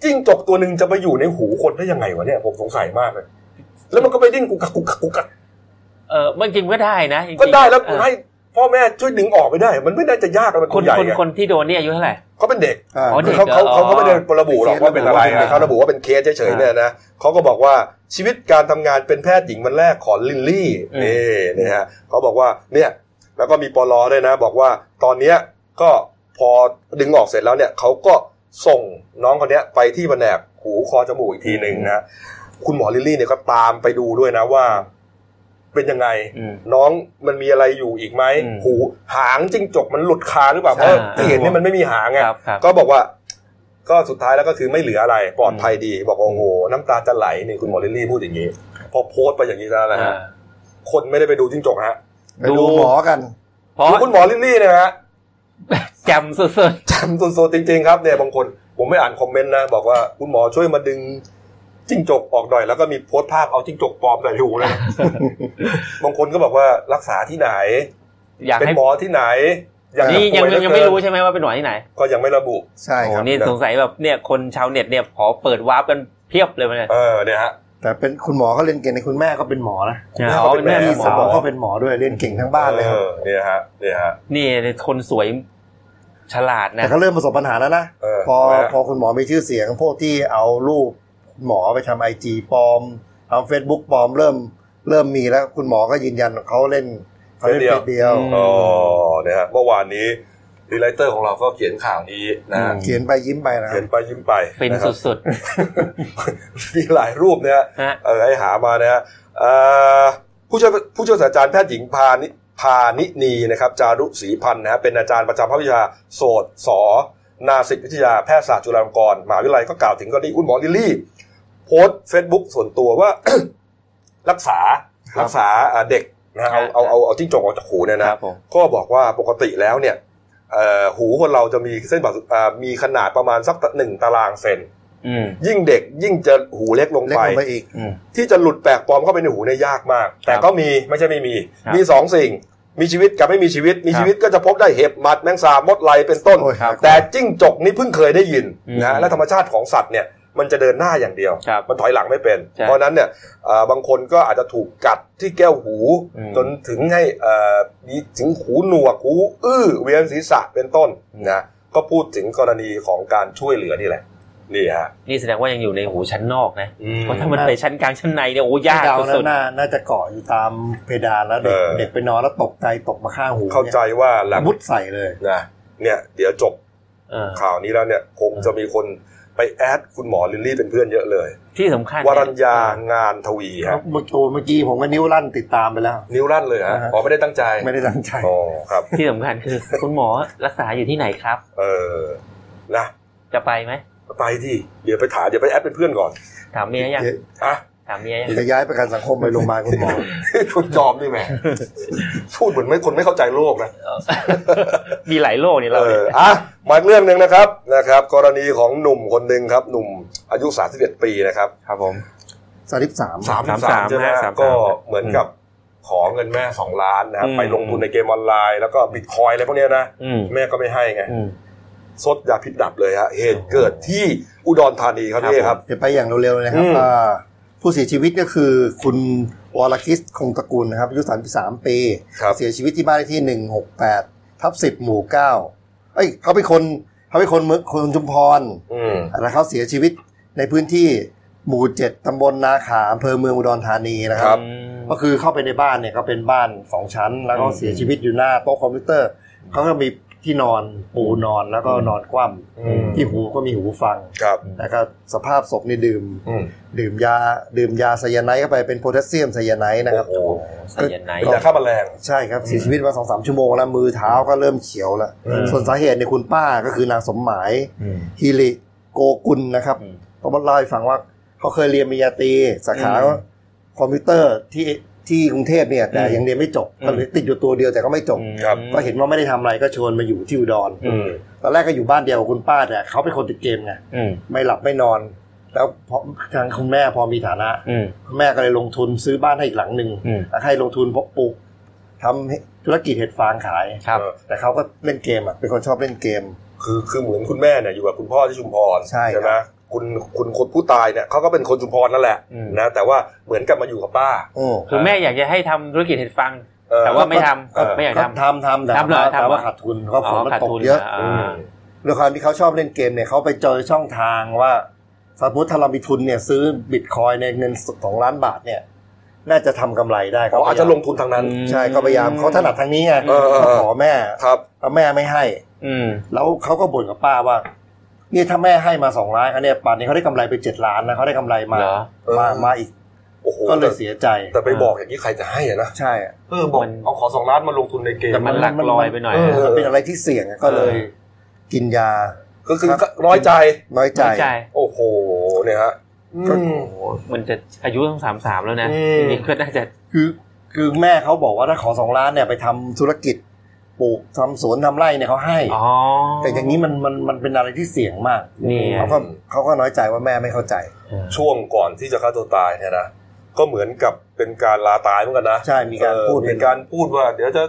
S1: จิ้งจกตัวหนึ่งจะไปอยู่ในหูคนได้ยังไงวะเนี่ยผมสงสัยมากเลย แล้วมันก็ไปดิ้นกุกกักกุกกักกุกกัก
S2: เออมันจริงก็ได้นะจริงๆ
S1: ก็ได้แล้ว
S2: เออ
S1: ให้พ่อแม่ช่วยดึงออกไปได้ มันไม่น่าจะยากอะไรมัน
S2: ค
S1: คน นใหญ่
S2: คน
S1: ไง
S2: คนที่โดนเนี่ยอายุเท่าไหร่
S1: เขาเป็นเด็ก
S6: อ่า
S2: อ๋อ
S1: คือ
S2: เด็
S1: เขา
S2: ก
S1: เขา
S2: เหรอ
S1: เขาเขาไม่ได้ระบุหรอก
S6: เคส
S1: ว่าเป็นอะไร
S6: ระบุว่าเป็นอะไร
S1: นะเขาระบุว่าเป็นเคสเฉยๆ
S2: อ่า
S1: เนี่ยนะเขาก็บอกว่าชีวิตการทำงานเป็นแพทย์หญิงวันแรกของลินลี่
S2: อืม
S1: นี่นะฮะเขาบอกว่าเนี่ยแล้วก็มีปลอด้วยนะ บอกว่าตอนเนี้ยก็พอดึงออกเสร็จแล้วเนี่ยเขาก็ส่งน้องคนเนี้ยไปที่แผนกหูคอจมูกอีกทีหนึ่งนะคุณหมอลิลลี่เนี่ยก็ตามไปดูด้วยนะว่า เป็นยังไง
S2: อืม
S1: น้องมันมีอะไรอยู่อีกไหม
S2: อืม
S1: หูหางจิ้งจกมันหลุดคาหรือเปล่าเพราะ
S2: อ่า
S1: ที่เห็นเนี่ยมันไม่มีหางไง
S2: ครับครับ
S1: ก็บอกว่าก็สุดท้ายแล้วก็คือไม่เหลืออะไรปลอดภัยดี บอกว่าโอ้โหน้ำตาจะไหลนี่คุณหมอลิลลี่พูดอย่างนี้ พอโพสต์ไปอย่างนี้แล้วนะฮะคนไม่ได้ไปดูจิ้งจกฮะ
S6: ไปดูหมอกัน
S2: เพราะ
S1: ดูคุณหมอลิลลี่เนยฮะ
S2: แจมสุด
S1: จำสุดๆจริงๆครับเนี่ยบางคนผมไม่อ่านคอมเมนต์นะ บอกว่าคุณหมอช่วยมาดึงจิ้งจกออกหน่อยแล้วก็มีโพสต์ภาพเอาจิ้งจกปลอมใส่หู
S2: [laughs]
S1: เลย บางคนก็บอกว่ารักษาที่ไหน
S2: ๆ อยาก
S1: เป็น
S2: ให้
S1: หมอที่ไหนอยากจะ
S2: นี่ยัง
S1: ป่วเหลือ
S2: ยังไม่
S1: เกิน
S2: รู้ใช่ไหมว่าเป็นหน่วยที่ไหน
S1: ก็ยังไม่ระบุ
S6: ใช่
S2: โอ้โห
S6: ครับ
S2: นี่สงสัยแบบเนี่ยคนชาวเน็ตเนี่ยขอเปิดวาร์ปกันเพียบเลยมันเนี่ย
S1: เออเนี่ยฮะ
S6: แต่เป็นคุณหมอเขาเล่นเก่งในะคุณแม่ก็เป็นหมอนะ
S1: อ
S2: เขาเป็นแม่
S1: หม
S6: พี่
S2: หม
S6: สาว
S2: อ
S6: ก็เป็นหมอด้วยเล่นเก่งทั้งบ้านเลยค
S1: เอ
S6: รับ
S1: อเนี่ยฮะเนี่ยฮะ
S2: นี่คนสวยฉลาด
S6: แต่
S2: นะ
S6: เขาเริ่มประสบปัญหาแล้วนะ
S1: เออ
S6: พอ
S1: ทำไมฮะ
S6: พอคุณหมอมีชื่อเสียงพวกที่เอารูปคุณหมอไปทำไอจีปลอมทำเฟซบุ๊กปลอมเริ่มเริ่มมีแล้วคุณหมอก็ยืนยันเขาเล่นเขาเล่นเฟซเดียว
S1: อ๋อนะฮะเมื่อวานนี้รีไลเตอร์ของเราก็เขียนข่าวนี้นะฮะ
S6: เขียนไปยิ้มไปนะครั
S1: เขีย
S6: บ
S1: นไปยิ้มไป
S2: ฟิน
S1: นะครับ
S2: สุด
S1: มีหลายรูปนะฮะ
S2: ฮะ
S1: เออให้หามานะฮะเอ่อผู้ช่วยผู้ช่วยศาสตราจารย์แพทย์หญิงพานิพานินีนะครับ จารุศรีพันธ์นะฮะเป็นอาจารย์ประจำภาควิชาโสตสอนาสิกวิทยาแพทยศาสตร์จุฬาลงกรณ์มหาวิทยาลัยก็กล่าวถึงกรณีคุณหมอลิลลี่ โพสต์เฟซบุ๊กส่วนตัวว่า รักษา
S6: ครับ
S1: รักษาอ่าเด็กนะฮะเอาเอาเอาเอาจิ้งจกออกจากหูเนี่ยนะ
S6: ครับผม
S1: ก็บอกว่าปกติแล้วเนี่ยเอ่อหูคนเราจะมีเส้นผ่าศูนย์อ่ามีขนาดประมาณสักหนึ่งตารางเซน
S2: ๆอืม
S1: ยิ่งเด็กยิ่งจะหูเล็กลง
S6: เล็ก
S1: ไป
S6: ลงไปอีก
S1: ที่จะหลุดแปลกปลอมเข้าไปในหูเนี่ยยากมาก แต่ก็มีไม่ใช่ไม่มี
S2: ครับ
S1: มีสองสิ่ง มีชีวิตกับไม่มีชีวิต มีชีวิตก็จะพบได้เห็บหมัดแมงสาบมดไหลเป็นต้น
S6: โอ้ยครับ
S1: แต่จิ้งจกนี่เพิ่งเคยได้ยิน
S2: อืม
S1: นะและธรรมชาติของสัตว์เนี่ยมันจะเดินหน้าอย่างเดียว
S2: ครับ
S1: มันถอยหลังไม่เป็น
S2: ใช่
S1: เพราะฉะนั้นเนี่ยเอ่อบางคนก็อาจจะถูกกัดที่แก้วหู
S2: อืม
S1: จนถึงให้เอ่อมีถึงหูหนวกหูอื้อเวียนศีรษะเป็นต้นนะก็พูดถึงกรณีของการช่วยเหลือนี่แหละนี่ฮะ
S2: นี่แสดงว่ายังอยู่ในหูชั้นนอกนะ
S1: อืม
S2: เพราะถ้ามันไปชั้นกลางชั้นในเนี่ยโอ้ยาก
S6: เดา
S2: สุ
S6: นะ
S2: ด
S6: น่าน่าจะเกาะอยู่ตามเพดานแล้วเด็ก
S1: เออ
S6: เด็กไปนอนแล้วตกใจตกมาข้างหู
S1: เข้าใจว่าหลัง
S6: นี่ยมุดใส่เลย
S1: นะเนี่ยเดี๋ยวจบ
S2: ๆเออ
S1: ข่าวนี้แล้วเนี่ยคงจะมีคนไปแอดคุณหมอลิลลี่เป็นเพื่อนเยอะเลย
S2: ที่สำคัญ
S1: วรัญญางานทวีฮะ
S6: เมื่อกี้เมื่อกี้ผมก็นิ้วลั่นติดตามไปแล้ว
S1: นิ้วรั่นเลยฮะ
S6: อ่าฮะ
S1: อ๋อไม่ได้ตั้งใจ
S6: ไม่ได้ตั้งใจ
S1: อ๋อครับ
S2: ที่สำคัญคือ คุณหมอรักษาอยู่ที่ไหนครับ
S1: เออนะ
S2: จะไปไหม
S1: ไปที่เดี๋ยวไปถามเดี๋ยวไปแอดเป็นเพื่อนก่อน
S2: ถามเมียยัง
S6: เดี๋ยว
S1: อะ [laughs]
S2: ถามเมียยัง
S6: จะย้ายประกันสังคมไปโรงพยาบาลคุณหมอ
S1: คุณจอมนี่แหม [laughs] พูดเหมือนไม่คนไม่เข้าใจโลกนะ
S2: [laughs] มีหลายโลกนี่
S1: เอ
S2: เราเนี่ย
S1: ออ่ะมาอีกเรื่องหนึ่งนะครับนะครับ กรณีของหนุ่มคนหนึ่งครับ หนุ่มอายุ31ปีนะครับ
S2: ครับผม
S6: สามสิบสาม
S1: สามสาม
S2: 33
S1: ใช่ไหม
S2: นะ33
S1: ก็เหมือนกับขอเงินแม่สองล้านนะครับ
S2: อืม
S1: ไปลงทุนในเกมออนไลน์แล้วก็บิตคอยน์อะไรพวกเนี้ยนะ
S2: อืม
S1: แม่ก็ไม่ให้ไง
S2: อืม
S1: ซดยาพิษดับเลยฮะเหตุเกิดที่อุดรธานีครับพี่ครับ
S6: เดี๋ยวไปอย่างเร็วๆเลยนะครับ
S1: อืม
S6: อ่าผู้เสียชีวิตก็คือคุณวรคิสคงตระกูลนะครับอายุ33 ปี
S1: ครับ
S6: เสียชีวิตที่บ้านเลขที่ 168ทับ10 หมู่ 9 เอ้ยเขาเป็นคนเขาเป็นคนเมืองคนชุมพร
S1: อืม
S6: แล้วเขาเสียชีวิตในพื้นที่หมู่ 7ตำบลนาขาอำเภอเมืองอุดรธานีนะครับ ก็คือเข้าไปในบ้านเนี่ยก็เป็นบ้านสองชั้น แล้วก็เสียชีวิตอยู่หน้าโต๊ะคอมพิวเตอร์เขาก็มี ที่นอนปูนอนแล้วก็นอนคว่
S1: อืม
S6: ำที่หูก็มีหูฟัง
S1: ครับ
S6: แล้วก็สภาพศพนี่ดื่ม
S1: อืม
S6: ดื่มยาดื่มยาไซยาไนด์เข้าไปเป็นโพแทสเซียมไซยาไนด์นะครับ
S1: โอ้โห
S2: สายไหน
S6: ก็
S1: มีแต่ฆ่าแมลง
S6: ใช่ครับเสียชีวิตมาสองสามชั่วโมงแล้วมือเท้าก็เริ่มเขียวแล้ว
S1: อืม
S6: ส่วนสาเหตุในยคุณป้าก็คือนางสมหมาย
S2: อืม
S6: ฮิริโกกุลนะครับ
S2: อืม
S6: เขาบอกเล่าให้ฟังว่าเขาเคยเรียนปริญญาตรีสาขาคอมพิวเตอร์ที่ที่กรุงเทพเนี่ยแต่ยังเรียนไม่จบก็เลยติดอยู่ตัวเดียวแต่ก็ไม่จบ
S1: ครับ
S6: ก็เห็นว่าไม่ได้ทำอะไรก็ชวนมาอยู่ที่อุดร
S1: อืม
S6: ตอนแรกก็อยู่บ้านเดียวกับคุณป้าแต่เขาเป็นคนติดเกมไง
S2: อืม
S6: ไม่หลับไม่นอน แล้วพอทางคุณแม่พอมีฐานะ
S2: อืม
S6: แม่ก็เลยลงทุนซื้อบ้านให้อีกหลังหนึ่ง
S2: อืม
S6: แล้วให้ลงทุนเพาะปลูกทำธุรกิจเห็ดฟางขาย
S2: ครับ
S6: แต่เขาก็เล่นเกมอ่ะเป็นคนชอบเล่นเกม
S1: คือคือเหมือนคุณแม่เนี่ยอยู่กับคุณพ่อที่ชุมพร
S6: ใช่ครับ
S1: ไหมคุณคุณคนผู้ตายเนี่ยเขาก็เป็นคนชุมพรนั่นแหละ
S2: อืม
S1: นะแต่ว่าเหมือนกับมาอยู่กับป้า
S6: โอ้
S2: คือแม่อยากจะให้ทำธุรกิจเห็ดฟาง
S1: เออ
S2: แต่ว่าไม่ทำ
S1: เออ
S2: ไม่อยาก
S6: ก็
S2: ทำ
S6: ทำทำแต่
S2: ทำเหรอ
S6: ว่า
S2: ทำเหรอ
S6: แต่ว่าขาดทุนเขาะฝนมัน
S2: ขาด
S6: ตก
S2: ทุน
S6: เยอะ
S2: า
S1: อืม
S6: ด้วยความที่เขาชอบเล่นเกมเนี่ยเขาไปเจอช่องทางว่าสมมติถ้าเรามีทุนเนี่ยซื้อบิตคอยน์ในเงินสองล้านบาทเนี่ย น่าจะทำกำไรได้
S1: อ๋
S6: เขา
S1: ออาจจะ
S6: พยยม
S1: ลงทุนทางนั้น
S2: อืม
S6: ใช่ก็พยายามเขาถนัดทางนี้ไง
S1: เออเออเออ
S6: ขอแม่
S1: ครับ
S6: แล้วแม่ไม่ให้
S2: อืม
S6: แล้วเขาก็บ่นกับป้าว่าเนี่ยถ้าแม่ให้มาสองล้านอันเนี้ยป่านนี้เขาได้กำไรไปเจ็ดล้านนะเขาได้กำไรมา
S2: เหรอ
S6: มามาอีก
S1: โอ้โห
S6: ก็เลย
S1: แต่
S6: เสียใจ
S1: แต่ไปบอกอย่างนี้ใครจะให้อะนะ
S6: ใช่อะ
S1: เออบอก
S2: มัน
S1: เอาขอสองล้านมาลงทุนในเกม
S2: แต่มันหลักลอยไปหน่อย
S1: เออ
S6: มันเป็นอะไรที่เสี่ยงอะก็เลยกินยา
S1: ก็คือก็ร้อยใจ
S6: น้อยใจ
S2: น้อยใจ
S1: โอ้โหเนี่ยฮะ
S6: ก็
S1: อืม
S2: โอ้โหมันจะอายุตั้งสามสามแล้วนะ
S1: อืม
S2: นี่ก็น่าจะ
S6: คือคือแม่เขาบอกว่าถ้าขอสองล้านเนี่ยไปทำธุรกิจปลูกทำสวนทำไร่เนี่ยเขาให้
S2: อ๋อ
S6: แต่อย่างนี้มันมันมันเป็นอะไรที่เสี่ยงมาก
S2: นี่ไง
S6: เขาก็เขาก็น้อยใจว่าแม่ไม่เข้าใจ
S1: ช่วงก่อนที่จะฆ่าตัวตายเนี่ยนะก็เหมือนกับเป็นการลาตายเหมือนกันนะ
S6: ใช่มีการ
S1: เออ
S6: พูด
S1: เป็นการพูดว่า เดี๋ยวจะ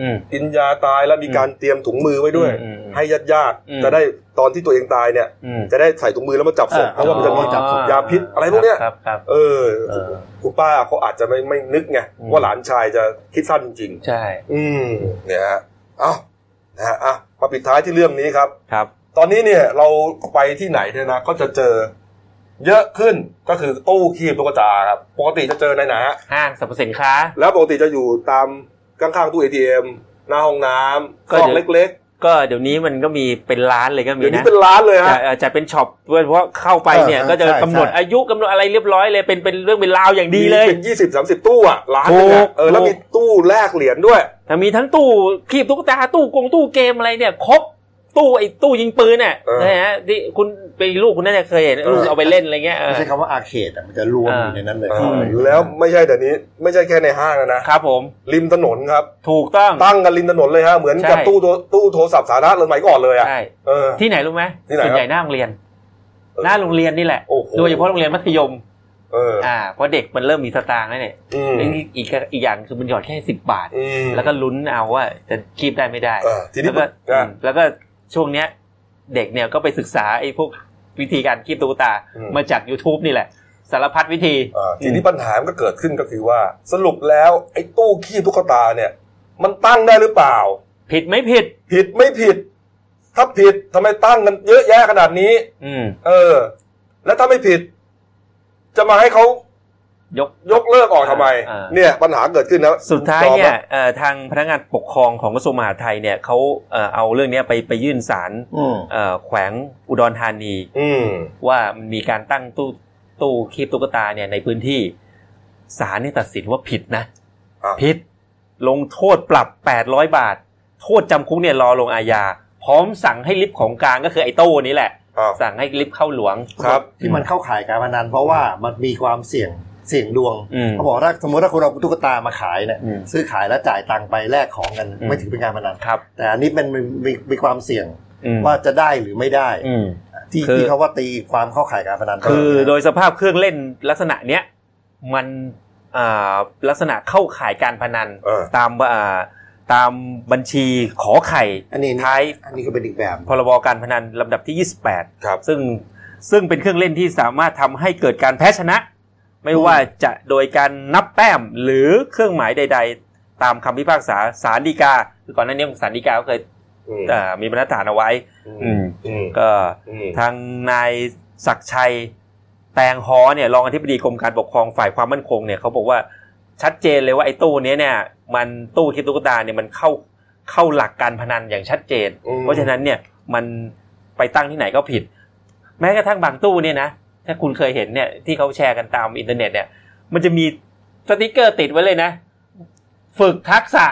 S2: อืม
S1: กินยาตายแล้วมีการเตรียมถุงมือไว้ด้วย
S2: อืมอืม
S1: ให้ญาติญาติๆ
S2: อืม
S1: จะได้ตอนที่ตัวเองตายเนี่ย
S2: อืม
S1: จะได้ใส่ถุงมือแล้วมาจับศพ
S6: อ่า
S1: เพราะว่ามันจะมี
S6: จับศพ
S1: ยาพิษอะไรพวกเนี้ย
S2: ครับครับ
S1: เออ
S2: เออ
S1: คุณป้าเขาอาจจะไม่ไม่นึกไง
S2: อืม
S1: ว่าหลานชายจะคิดสั้นจริง
S2: ใช่
S1: ๆ อืมเนี่ยฮะเอ้านะฮะอ่ะมาปิดท้ายที่เรื่องนี้ครับ
S2: ครับ
S1: ตอนนี้เนี่ยเราไปที่ไหนเนี่ยนะก็จะเจอ เยอะขึ้นก็คือตู้คีบตุ๊กตาครับปกติจะเจอในไหนฮะ
S2: ห้างสรรพสินค้า
S1: แล้วปกติจะอยู่ตามข้างๆตู้ ATM หน้าห้องน้ำ
S2: ก็
S1: ซอก
S2: เดี๋ยว
S1: เล็ก
S2: ก็เดี๋ยวนี้มันก็มีเป็นร้านเลยก็
S1: ๆ
S2: มี
S1: เดี๋ยวนี้
S2: นะ
S1: เป็นร้านเลย
S2: จะ
S1: ฮะ
S2: เอ่อจะเป็นช็อปด้วยเพราะเข้าไปเนี่ย
S6: เออ
S2: ก็จะ
S6: ใช่
S2: กำหนด
S6: ใช่
S2: อายุกำหนดอะไรเรียบร้อยเลยเป็นเป็นเรื่องเป็นราวอย่างดีเลย
S1: มีเป็นยี่สิบสามสิบตู้อ่ะร้านหนึง
S2: ถู
S1: อะ
S2: ก
S1: เออแล้ว
S2: ถูก
S1: มีตู้แลกเหรียญด้วย
S2: แต่มีทั้งตู้คีบตุ๊กตาตู้กงตู้เกมอะไรเนี่ยครบตู้ไอ้ตู้ยิงปืนเนี่ย
S1: เออ
S2: นะฮะที่คุณไปลูกคุณน่าจะเคยเห็น
S1: เออ
S2: ลูกเอาไปเล่นอะไรเงี้ยเออ
S6: ไม่ใช่คำว่าอาเขตอะมันจะรวม
S2: อ่า
S6: อยู่ในนั้นเลย
S1: เออ
S6: เข้าไป
S1: แล้วไม่ใช่แต่นี้ ไม่ใช่แค่ในห้างนะนะครับ
S2: ผม
S1: ริมถนนครับ
S2: ถูกต้อง
S1: ตั้งกันริมถนนเลยฮะเหมือนกับ
S2: ใช่
S1: ตู้โทรตู้โทรศัพท์สาธารณะเลยสมัยก่อนเลยอ่ะ
S2: ใช่
S1: เออ
S2: ที่ไหนรู้ไหม
S1: ที่ไหนครับ
S2: ส่วนใหญ่หน้าโรงเรียน
S1: เออ
S2: หน้าโรงเรียนนี่แหละ
S1: โอ้โห
S2: โดยเฉพาะโรงเรียนมัธยม
S1: เออ
S2: อ่าเพราะเด็กมันเริ่มมีสตางค์แล้วเนี่ย
S1: อืม
S2: อีกอีกอีกอย่างคือมันหยอดแค่สิบบาท
S1: อืม
S2: แล้วก็ลุ้นเอาว่าจะคีบได้ไม่ได้
S1: เออทีนี้
S2: แล้วก็
S1: อ่ะ
S2: อืมแล้วก็ช่วงเนี้ย เด็กเนี่ยก็ไปศึกษาไอ้พวกวิธีการคีบตุ๊กตา
S1: อืม
S2: มาจาก YouTube นี่แหละ สารพัดวิธี
S1: อ่าทีนี้ปัญหามันก็เกิดขึ้นก็คือว่า สรุปแล้วไอ้ตู้ขี้ตุ๊กตาเนี่ย มันตั้งได้หรือเปล่า
S2: ผิดไม่ผิด
S1: ผิดไม่ผิด ถ้าผิดทำไมตั้งกันเยอะแยะขนาดนี้
S2: อืม
S1: เออ แล้วถ้าไม่ผิด จะมาให้เขา
S2: ยก
S1: ยกเลิกออกทำไม
S2: อ่า
S1: เนี่ย ปัญหาเกิดขึ้นนะ
S2: สุดท้าย
S1: จ
S2: เนี่ย
S1: อมะ
S2: เอ่อทางพนักงานปกครองของกระทรวงมหาดไทยเนี่ยเขาเอ่อเอาเรื่องเนี้ยไปไปยื่นศาล
S6: อืม
S2: เอ่อแขวงอุดรธานี
S1: อืม
S2: ว่ามันมีการตั้งตู้ตู้คีบตุ๊กตาเนี่ยในพื้นที่ศาลเนี่ยตัดสินว่าผิดนะ
S1: อ่ะ
S2: ผิด ลงโทษปรับ 800 บาท โทษจำคุกเนี่ยรอลงอาญา พร้อมสั่งให้ลิฟต์ของกลางก็คือไอ้ตู้นี้แหละ
S1: อ่า
S2: สั่งให้ลิฟต์เข้าหลวง
S1: ครับ
S6: ที่มันเข้าขายการพนันเพราะว่ามันมีความเสี่ยงเสี่ยงดวง
S2: อืม
S6: เขาบอกถ้าสมมติถ้าคุณเอาตุ๊กตามาขายเนี่ย
S2: อืม
S6: ซื้อขายแล้วจ่ายตังค์ไปแลกของกัน
S2: อืม
S6: ไม่ถือเป็นการพนัน
S2: ครับ
S6: แต่อันนี้มันมีมีมีความเสี่ยง
S2: อืม
S6: ว่าจะได้หรือไม่ได้
S2: อืม
S6: ที่
S2: คือ
S6: ที่เขาว่าตีความเข้าขายการพนัน
S2: คือ
S6: ไป
S2: โดยสภาพเครื่องเล่นลักษณะเนี้ยมันอ่าลักษณะเข้าข่ายการพนัน
S1: เออ
S2: ตามอ่าตามบัญชีขอไข่
S6: อันนี้
S2: ท้าย
S6: อันนี้ก็เป็นอีกแบบ
S2: พรบการพนันลำดับที่ 28
S1: ครับ
S2: ซึ่งซึ่งเป็นเครื่องเล่นที่สามารถทำให้เกิดการแพ้ชนะ ไม่ว่าจะโดยการนับแต้มหรือเครื่องหมายใด ๆ ตามคำพิพากษาศาลฎีกาคือก่อนหน้านี้ศาลฎีกาก็เคย
S1: อืม
S2: เอ่อมีบรรทัดฐานเอาไว้
S1: อืมอืม
S2: ก็
S1: อืม
S2: ทางนายศักดิ์ชัย แตงฮอเนี่ยรองอธิบดีกรมการปกครองฝ่ายความมั่นคงเนี่ยเขาบอกว่าชัดเจนเลยว่าไอ้ตู้เนี้ยเนี่ยมันตู้คิดตุ๊กตาเนี่ยมันเข้า เข้าหลักการพนันอย่างชัดเจน
S1: อืม
S2: เพราะฉะนั้นเนี่ยมันไปตั้งที่ไหนก็ผิด แม้กระทั่งบางตู้เนี่ยนะถ้าคุณเคยเห็นเนี่ยที่เขาแชร์กันตามอินเทอร์เน็ตเนี่ย มันจะมีสติกเกอร์ติดไว้เลยนะ ฝึกทักษะ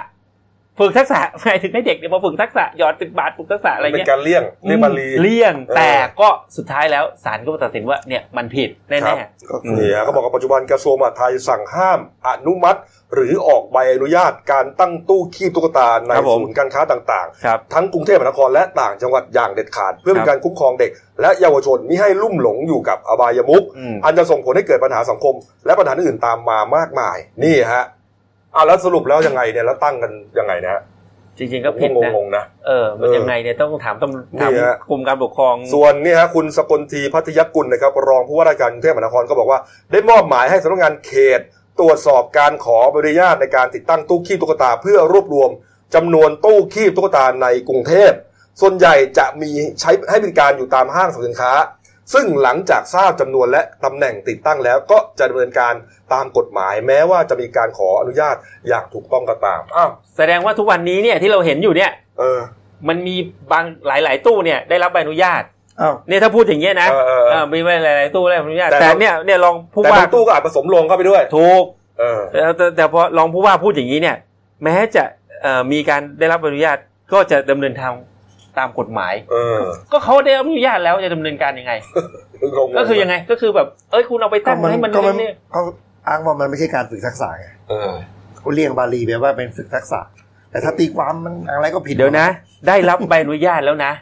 S2: ฝึกทักษะ [laughs] หมายถึงให้เด็กเนี่ยมาฝึกทักษะหยอดติดบาทฝึกทักษะอะไร
S1: เป็
S2: เงี้ย
S1: นการเลี่ยงเรียกบาลี
S2: อืมเลี่ยง
S1: เออ
S2: แต่ก็สุดท้ายแล้วศาลก็ตัดสินว่าเนี่ยมันผิดแน่
S6: ก็คือ
S1: นี่ฮะเขาบอกว่าปัจจุบันกระทรวงมหาดไทยสั่งห้ามอนุมัติ หรือออกใบอนุญาตการตั้งตู้คีบตุ๊กตาใน
S2: ครับผม
S1: ศูนย์การค้าต่าง
S2: ๆ ครับ
S1: ๆ ทั้งกรุงเทพมหานครและต่างจังหวัดอย่างเด็ดขาด เพื่อเป็
S2: ครั
S1: น
S2: บ
S1: การคุ้มครองเด็ก และเยาวชนมิให้ลุ่มหลงอยู่กับอบายมุข
S3: อืม
S1: อันจะส่งผลให้เกิดปัญหาสังคม และปัญหาอื่นตามมามากมาย นี่ฮะอ่ะแล้วสรุปแล้วยังไงเนี่ยแล้วตั้งกันยังไงนะฮะ
S2: จริง ๆ ก็ผิด
S1: ผม
S2: นะ
S1: งงๆนะ
S2: เออมัน
S1: เออ
S2: ยังไงเนี่ยต้องถามตำถาม
S1: นี่ฮะ
S2: กรมการปกครอง
S1: ส่วนนี่ฮะคุณสกลทีพัทยกุลนะครับรองผู้ว่าราชการกรุงเทพมหานครก็บอกว่า ได้มอบหมายให้สำนักงานเขต ตรวจสอบการขอใบอนุญาตในการติดตั้งตู้คีบตุ๊กตา เพื่อรวบรวมจำนวนตู้คีบตุ๊กตาในกรุงเทพ ส่วนใหญ่จะมีใช้ให้บริการอยู่ตามห้างสรรพสินค้า ซึ่งหลังจากทราบจำนวนและตำแหน่งติดตั้งแล้วก็จะดำเนินการตามกฎหมาย แม้ว่าจะมีการขออนุญาตอย่างถูกต้องก็ตามอ้าว
S2: แสดงว่าทุกวันนี้เนี่ยที่เราเห็นอยู่เนี่ย
S1: เออ
S2: มันมีบางหลาย ๆ ตู้เนี่ยได้รับใบอนุญาต
S6: อ้าว
S2: เนี่ยถ้าพูดอย่างเงี้ยนะ
S1: เออเออเออ
S2: เออมีไว้หลาย ๆ ตู้ได้รับอนุญาต
S1: แต่
S2: แต่เนี่ยเนี่ยลองผู้
S1: แต่
S2: ว่า
S1: บางตู้ก็อาจผสมลงเข้าไปด้วย
S2: ถูก
S1: เออ
S2: แต่แต่แต่พอรองผู้ว่าพูดอย่างนี้เนี่ย แม้จะเอ่อมีการได้รับอนุญาตก็จะดำเนินทางตามกฎหมาย
S1: เออ
S2: ก็เขาได้รับอนุญาตแล้วจะดำเนินการยังไง
S1: งงๆ
S2: ก็คือยังไงก็คือแบบเอ้ยคุณเอาไป
S6: ก็
S2: ตั้ง
S6: มัน
S2: ให้มัน
S6: ก็มัน
S2: เนี่ย
S6: เขาอ้างว่ามันไม่ใช่การฝึกทักษะไง
S1: เออ
S6: เขาเรียกบาลีแปลว่าเป็นฝึกทักษะ แต่ถ้าตีความมันอะไรก็ผิด
S2: เดี๋ยวนะ ได้รับใบอนุญาตแล้วนะ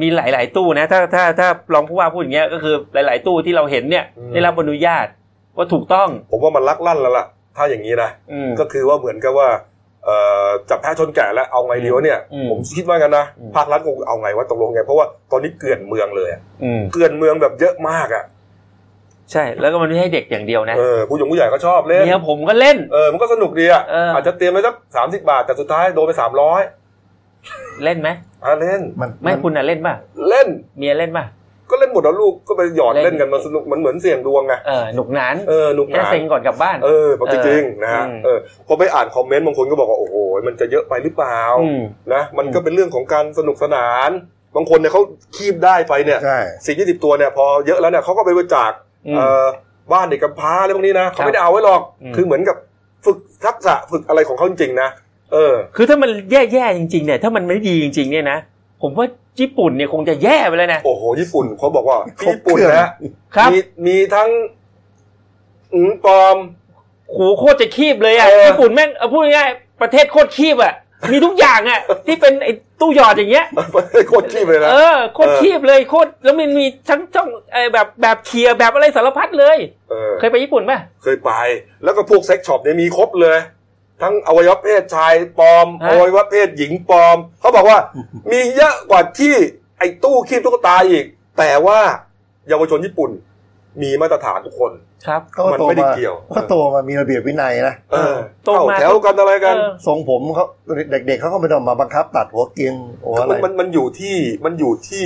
S2: มีหลาย ๆ ตู้นะ ถ้าถ้าถ้ารองผู้ว่าพูดอย่างเงี้ยก็คือหลาย ๆ ตู้ที่เราเห็นเนี่ย ได้รับอนุญาตว่าถูกต้อง
S1: ผมว่ามันลักลั่นแล้วล่ะ ถ้าอย่างนี้นะ
S2: อืม
S1: ก็คือว่าเหมือนกับว่าเอ่อจับแพ้ชนแก่แล้วเอาไงดีวะเนี่ย
S2: อืม
S1: ผมคิดว่างั้นนะ
S2: อืม
S1: ภาครัฐคงเอาไงว่าตกลงไง เพราะว่าตอนนี้เกลื่อนเมืองเลยอะ
S2: อืม
S1: เกลื่อนเมืองแบบเยอะมากอ่ะ
S2: ใช่ แล้วก็มันไม่ให้เด็กอย่างเดียวนะ
S1: เออ ผู้หญิงผู้ใหญ่ก็ชอบเล่น
S2: เมียผมก็เล่น
S1: เออ มันก็สนุกดีอ่ะ
S2: เอออ
S1: อาจจะเตรียมไว้สักสามสิบบาท แต่สุดท้ายโดนไปสามร้อย
S2: เล่นไหม
S1: อ่ะเล่น
S6: มัน
S2: ไม่คุณน่ะเล่นป่ะ
S1: เล่น
S2: เมียเล่นป่ะ
S1: ก็เล่นหมดแล้วลูก ก็ไปหยอด
S2: เล่
S1: เล่
S2: น
S1: นกันมันสนุก มันเหมือนเสี่ยงดวงไง
S2: เออหนุกหนาน
S1: เออหนุกห
S2: แค่
S1: นาน
S2: เซ็งก่อนกลับบ้าน
S1: เออจริงๆนะฮะ
S2: อืม
S1: เออ พอไปอ่านคอมเมนต์บางคนก็บอกว่า โอ้โห มันจะเยอะไปหรือเปล่า
S2: ม
S1: นะมันก็
S2: อืม
S1: เป็นเรื่องของการสนุกสนาน บางคนเนี่ยเขาคีบได้ไปเนี่ย
S6: ใช่
S1: สี่ยี่สิบตัวเนี่ยพอเยอะแล้วเนี่ยเขาก็ไปบริจาค
S2: อืม
S1: เอ่อบ้านเด็กกำพร้าอะไรพวกนี้นะเขา
S2: ครั
S1: ไม่
S2: บ
S1: ได้เอาไว้หรอก
S2: อืม
S1: คือเหมือนกับฝึกทักษะฝึกอะไรของเขาจริงๆนะเออ
S2: คือถ้ามันแย่ๆจริงๆเนี่ยถ้ามันไม่ดีจริงๆเนี่ยนะผมว่าญี่ปุ่นเนี่ยคงจะแย่ไปแล้วนะ
S1: โอ้โหญี่ปุ่นเขา
S2: [laughs]
S1: บอกว่า
S6: ครบ
S1: ญี่ปุ่น
S6: เครื่อง
S1: นะ
S2: รับ
S1: มีมีทั้งอืมปลอม [laughs]
S2: โหโคตรจะคีบเลยอ่ะ
S1: เออ
S2: ญี่ปุ่นแม่งเอาพูดง่ายๆประเทศโคตรคีบอ่ะมีทุกอย่างอ่ะ ที่เป็นไอ้ตู้หยอดอย่างเงี้ย
S1: โคตรขี้เลยนะ
S2: เออโคตร
S1: เออ
S2: คีบเลยโคตรแล้วมันมีทั้งช่องไอ้แบบแบบเคลียร์แบบอะไรสารพัดเลย
S1: เออ
S2: เคยไปญี่ปุ่นป่ะ
S1: เคยไป แล้วก็พวกเซ็กช็อปเนี่ยมีครบเลย ทั้งอวัยวะเพศชายปลอมอวัยวะเพศหญิงปลอมเขาบอก
S2: [laughs]
S1: ว่า มีเยอะกว่าที่ไอ้ตู้คีบตุ๊กตาอีก แต่ว่าเยาวชนญี่ปุ่น มีมาตรฐานทุกคน
S2: ครับ
S6: ก็
S1: มัน
S6: โต
S1: ไม่ได้
S6: มา
S1: เกี่ยว
S6: ก็โตมามีระเบียบวินัยนะ
S1: เออ
S2: โตมา
S1: เข้าแถวกันอะไรกัน
S2: เออ
S6: ทรงผมเขาเด็กๆเขาก็ไม่ต้องมาบังคับตัดหัวเกรียงหัวอะไร
S1: มันมันมันอยู่ที่มันอยู่ที่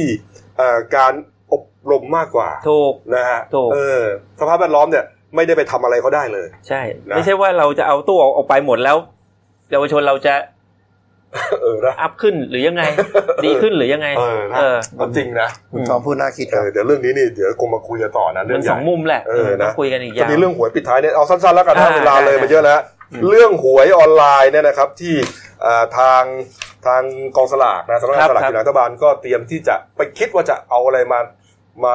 S1: เอ่อการอบรมมากกว่า
S2: ถูก
S1: นะฮะ
S2: ถูก
S1: เออสภาพแวดล้อมเนี่ยไม่ได้ไปทำอะไรเขาได้เลย [laughs]
S2: ใช่
S1: นะ
S2: ไม่ใช่ว่าเราจะเอาตู้ออกออกไปหมดแล้วเยาวชนเราจะ
S1: เออนะ
S2: อัพขึ้นหรือยังไง ดีขึ้นหรือยังไง
S1: เออนะ
S2: เออ
S1: มันจริงนะ
S6: คุณจอมพูดน่าคิดค
S1: เอ
S6: รับ
S1: อเดี๋ยวเรื่องนี้นี่เดี๋ยวคงมาคุยกันต่อนะเรื่
S2: มั
S1: อง
S2: น
S1: ให
S2: ส
S1: ญ่
S2: องมุมแหละ
S1: เออนะ
S2: ต้องคุยกันอีก
S1: จะ
S2: ยาว
S1: มีเรื่องหวยปิดท้ายเนี่ยเอาสั้นๆแล้วกันนะ
S2: อ่า
S1: เวลาเลย
S2: ได้
S1: มาเยอะแล้วเรื่องหวยออนไลน์เนี่ยนะครับที่เอ่อทางทางกองสลากนะสำนักงานสลากกินแบ่งรัฐบาลก็เตรียมที่จะไปคิดว่าจะเอาอะไรมามา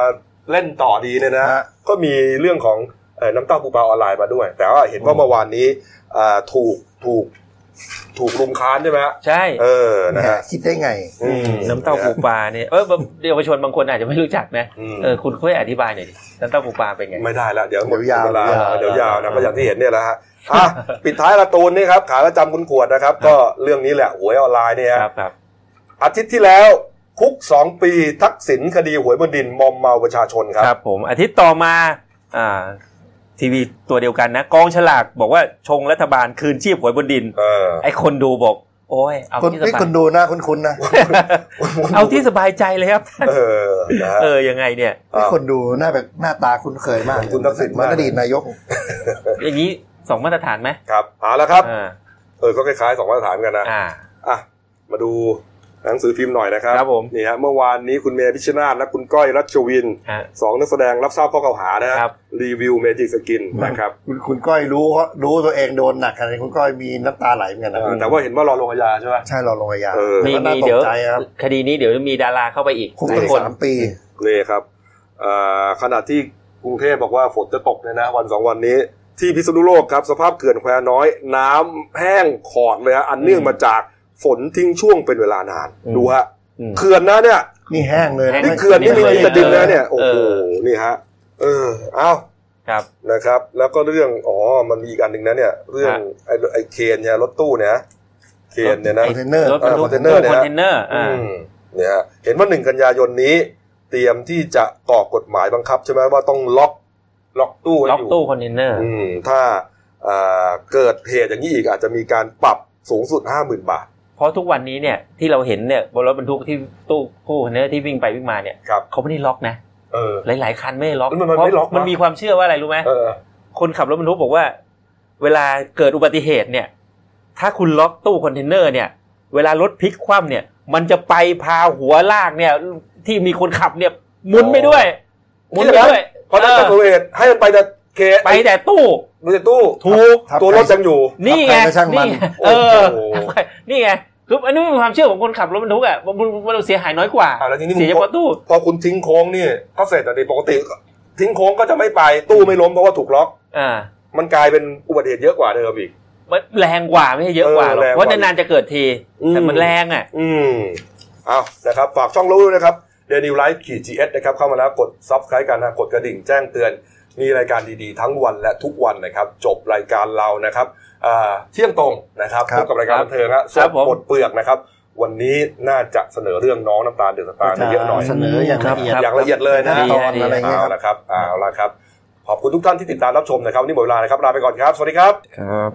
S1: เล่นต่อดีเนี่ยนะก็มีเรื่องของเอ่อน้ำเต้าปูปลาออนไลน์มาด้วย แต่ว่าเห็นว่าเมื่อวานนี้เอ่อถูกถูกถูกรุมค้านใช่ไหมฮะ
S2: ใช่
S1: เออนะฮะ
S6: คิดได้ไง
S1: อืม
S2: น้ำเต้าปูปลาเนี่ยเออแบบเยาวชนบางคนอาจจะไม่รู้จักนะ
S1: อืม
S2: เออคุณค่อยอธิบายหน่อยดิน้ำเต้าปูปลาเป็นไง
S1: ไม่ได้ละเดี๋ยวหมด
S6: เดี๋ยวยาว
S1: เวลา
S2: เดี๋
S1: เดี๋
S2: ยว ว
S1: ยาย
S2: ยาวว
S1: นะก็อย่างที่เห็นเนี่ยแหละฮะอ่ะ ปิดท้ายละตูนนี่ครับขาประจำคุณขวดนะครับ ก็เรื่องนี้แหละหวยออนไลน์เนี่ยฮะ
S2: ครับครับ
S1: อาทิตย์ที่แล้วคุก 2 ปีทักษิณคดีหวยบนดินมอมเมาประชาชนครั
S2: ครับ บผมอาทิตย์ต่อมาอ่าทีวีตัวเดียวกันนะกองฉลากบอกว่าชงรัฐบาลคืนชีพหวยบนดิน
S1: เออ
S2: ไอ้คนดูบอก โอ้ยเอา
S6: คน
S2: ที่ส
S6: นี่
S2: บาย
S6: คนดูหน้าคุ้นๆนะ
S2: เอาที่สบายใจเลย
S1: [laughs]
S2: ครับท่าน
S1: เออนะฮะ
S2: เออยังไงเนี่ย
S1: อ่ะ
S6: คนดูหน้าแบบหน้าตาคุ้นเคยมาก
S1: คุณทักษิณ
S6: มั
S1: มาก
S6: นอดีตนายก
S2: อย่างนี้สองมาตรฐานไหม
S1: ครับเอาละครับ
S2: อ่า
S1: เออก็คล้ายๆสองมาตรฐานกันนะ
S2: อ่า
S1: อ่ะ มาดูหนังสือพิมพ์หน่อยนะครับ
S2: ครับผม
S1: นี่ฮะเมื่อวานนี้คุณเมย์พิชชนาธิ์และคุณก้อยรัชวิน
S2: ฮะ
S1: สองนักแสดงรับทราบข้อกล่าวหานะฮะ
S2: ครับ
S1: รีวิวเมจิกสกินนะครับ
S6: คุณคุณก้อยรู้รู้ตัวเองโดนหนักขนาดนี้คุณก้อยมีน้ำตาไหลเหมือนกันนะ
S1: เออแต่ว่าเห็นว่ารอลงอาญาใช่ไหม
S6: ใช่เราลงอาญา
S1: เออ
S2: มี
S6: ก็น่า
S2: มี
S6: ต
S2: เดี๋
S6: ก
S2: ยว
S6: ใจครับ
S2: คดีนี้เดี๋ยวมีดาราเข้าไปอีก
S6: คุก
S2: หลา
S6: ติ
S2: ย
S6: ด
S2: คน
S6: สามปี
S1: นี่ครับเอ่อขณะที่กรุงเทพบอกว่าฝนจะตกเนี่ยนะ วันสองวันนี้ ที่พิษณุโลกครับ สภาพเขื่อนแควน้อย น้ำแห้งขอดเลยฮะอันเนื่องมาจากฝนทิ้งช่วงเป็นเวลานาน ดูฮะ
S2: อืม
S1: เขื่อนนะเนี่ย
S6: นี่แห้งเลยะ
S2: แห้ง
S1: นี่เขื่อนนี่มี
S2: ไม่
S1: มี
S2: เคย
S1: กระดินแล้วเนี่ย
S2: เจอ
S1: โอ้โห
S2: เออ
S1: นี่ฮะ เออเอ้า
S2: ครับ
S1: นะครับ แล้วก็เรื่อง อ๋อ มันมีอีกอันหนึ่งนะเนี่ย เรื่อง
S2: ฮะ
S1: ไอ้ไอ้เคนเนี่ยรถตู้เนี่ยนะเคนเนี่ยนะ
S6: คอนเทนเนอร์
S2: รถบรรทุก
S1: คอนเทนเนอร์เนี่ย
S2: ตู้คอนเทนเนอร์อ่า
S1: อืมเนี่ยฮะเห็นว่าหนึ่งกันยายนนี้ เตรียมที่จะออกกฎหมายบังคับใช่ไหมว่าต้องล็อกล็อกตู้ไว้
S2: ล็อก
S1: ยู่
S2: ตู้คอนเทนเนอร์
S1: อืมถ้าอ่าเกิดเหตุอย่างนี้อีกอาจจะมีการปรับสูงสุดห้าหมื่นบาท
S2: เพราะทุกวันนี้เนี่ยที่เราเห็นเนี่ยบนรถบรรทุกที่ตู้คู่คอนเทนเนอร์ที่วิ่งไปวิ่งมาเนี่ย
S1: ครับ
S2: เขาไม่ได้ล็อกนะ
S1: เออ
S2: หลาย ๆ คันไม่ได้ล็อก
S1: มันมันไม่ล็อกนะ
S2: มันมีความเชื่อว่าอะไรรู้ไหม
S1: เออ
S2: คนขับรถบรรทุกบอกว่า เวลาเกิดอุบัติเหตุเนี่ย ถ้าคุณล็อกตู้คอนเทนเนอร์เนี่ย เวลารถพลิกคว่ำเนี่ย มันจะไปพาหัวลากเนี่ย ที่มีคนขับเนี่ยหมุนไปด้วยหมุนไปด้วย
S1: เพราะถ้าเกิด
S2: เออ
S1: เหตุให้มันไปแต่เคน
S2: ไปแต่ตู้
S1: ไปแต่ตู้
S2: ถูก
S6: ครับ
S1: ตัวรถยังอยู่
S2: นี่ไง
S6: ใครก็ช่างมัน
S2: นี่ไงเออ
S1: โอ้โห
S2: นี่ไงคืออันนี้เป็นความเชื่อของคนขับรถบรรทุกอ่ะมันมันมันเสียหายน้อยกว่า
S1: อ่าแล้วทีนี้มึ
S2: เสีย
S1: ง
S2: เฉพาะตู้
S1: พอคุณทิ้งโค้งนี่ก็เสร็จแต่ดีปกติ ทิ้งโค้งก็จะไม่ไปตู้ไม่ล้มเพราะว่าถูกล็อก
S2: อ่า
S1: มันกลายเป็นอุบัติเหตุเยอะกว่าเดิมอีก
S2: มันแรงกว่าไม่ใช่เยอะกว่าหร
S1: เออ
S2: อ
S1: แรง
S2: ก
S1: กว่า
S2: เพราะนานๆจะเกิดที
S1: อืม
S2: แต่มันแรงอ่ะ
S1: อืมเอานะครับ ฝากช่องรู้ด้วยนะครับเดนิวไลฟ์ขีดจีเอสนะครับ เข้ามาแล้วกดซับสไครต์กันนะกดกระดิ่งแจ้งเตือน มีรายการดีๆ ทั้งวันและทุกวันนะครับ จบรายการเรานะครับอ่าเที่ยงตรงนะครับ
S6: ครั
S1: พ
S6: บ
S1: บกับรายการบันเทิงฮะส
S2: ครั
S1: ด
S2: บผม
S1: ปลดเปลือกนะครับ วันนี้น่าจะเสนอเรื่องน้องน้ำตาลเดือดสตาร์เยอะหน่อย
S6: เสนออย่างละเอี
S2: ค
S6: ยด
S2: รับ
S1: อย่างละเอียดเลยนะ
S6: ขั้นตอน
S2: ดีนะ
S6: อะไรเงี้ย
S1: เอา
S6: ครั
S1: ละครั
S6: บ
S1: บเอาละครับ ขอบคุณทุกท่านที่ติดตามรับชมนะครับวันนี่หมดเวลานะครับลาไปก่อนครับ สวัสดีครับ
S2: ครับ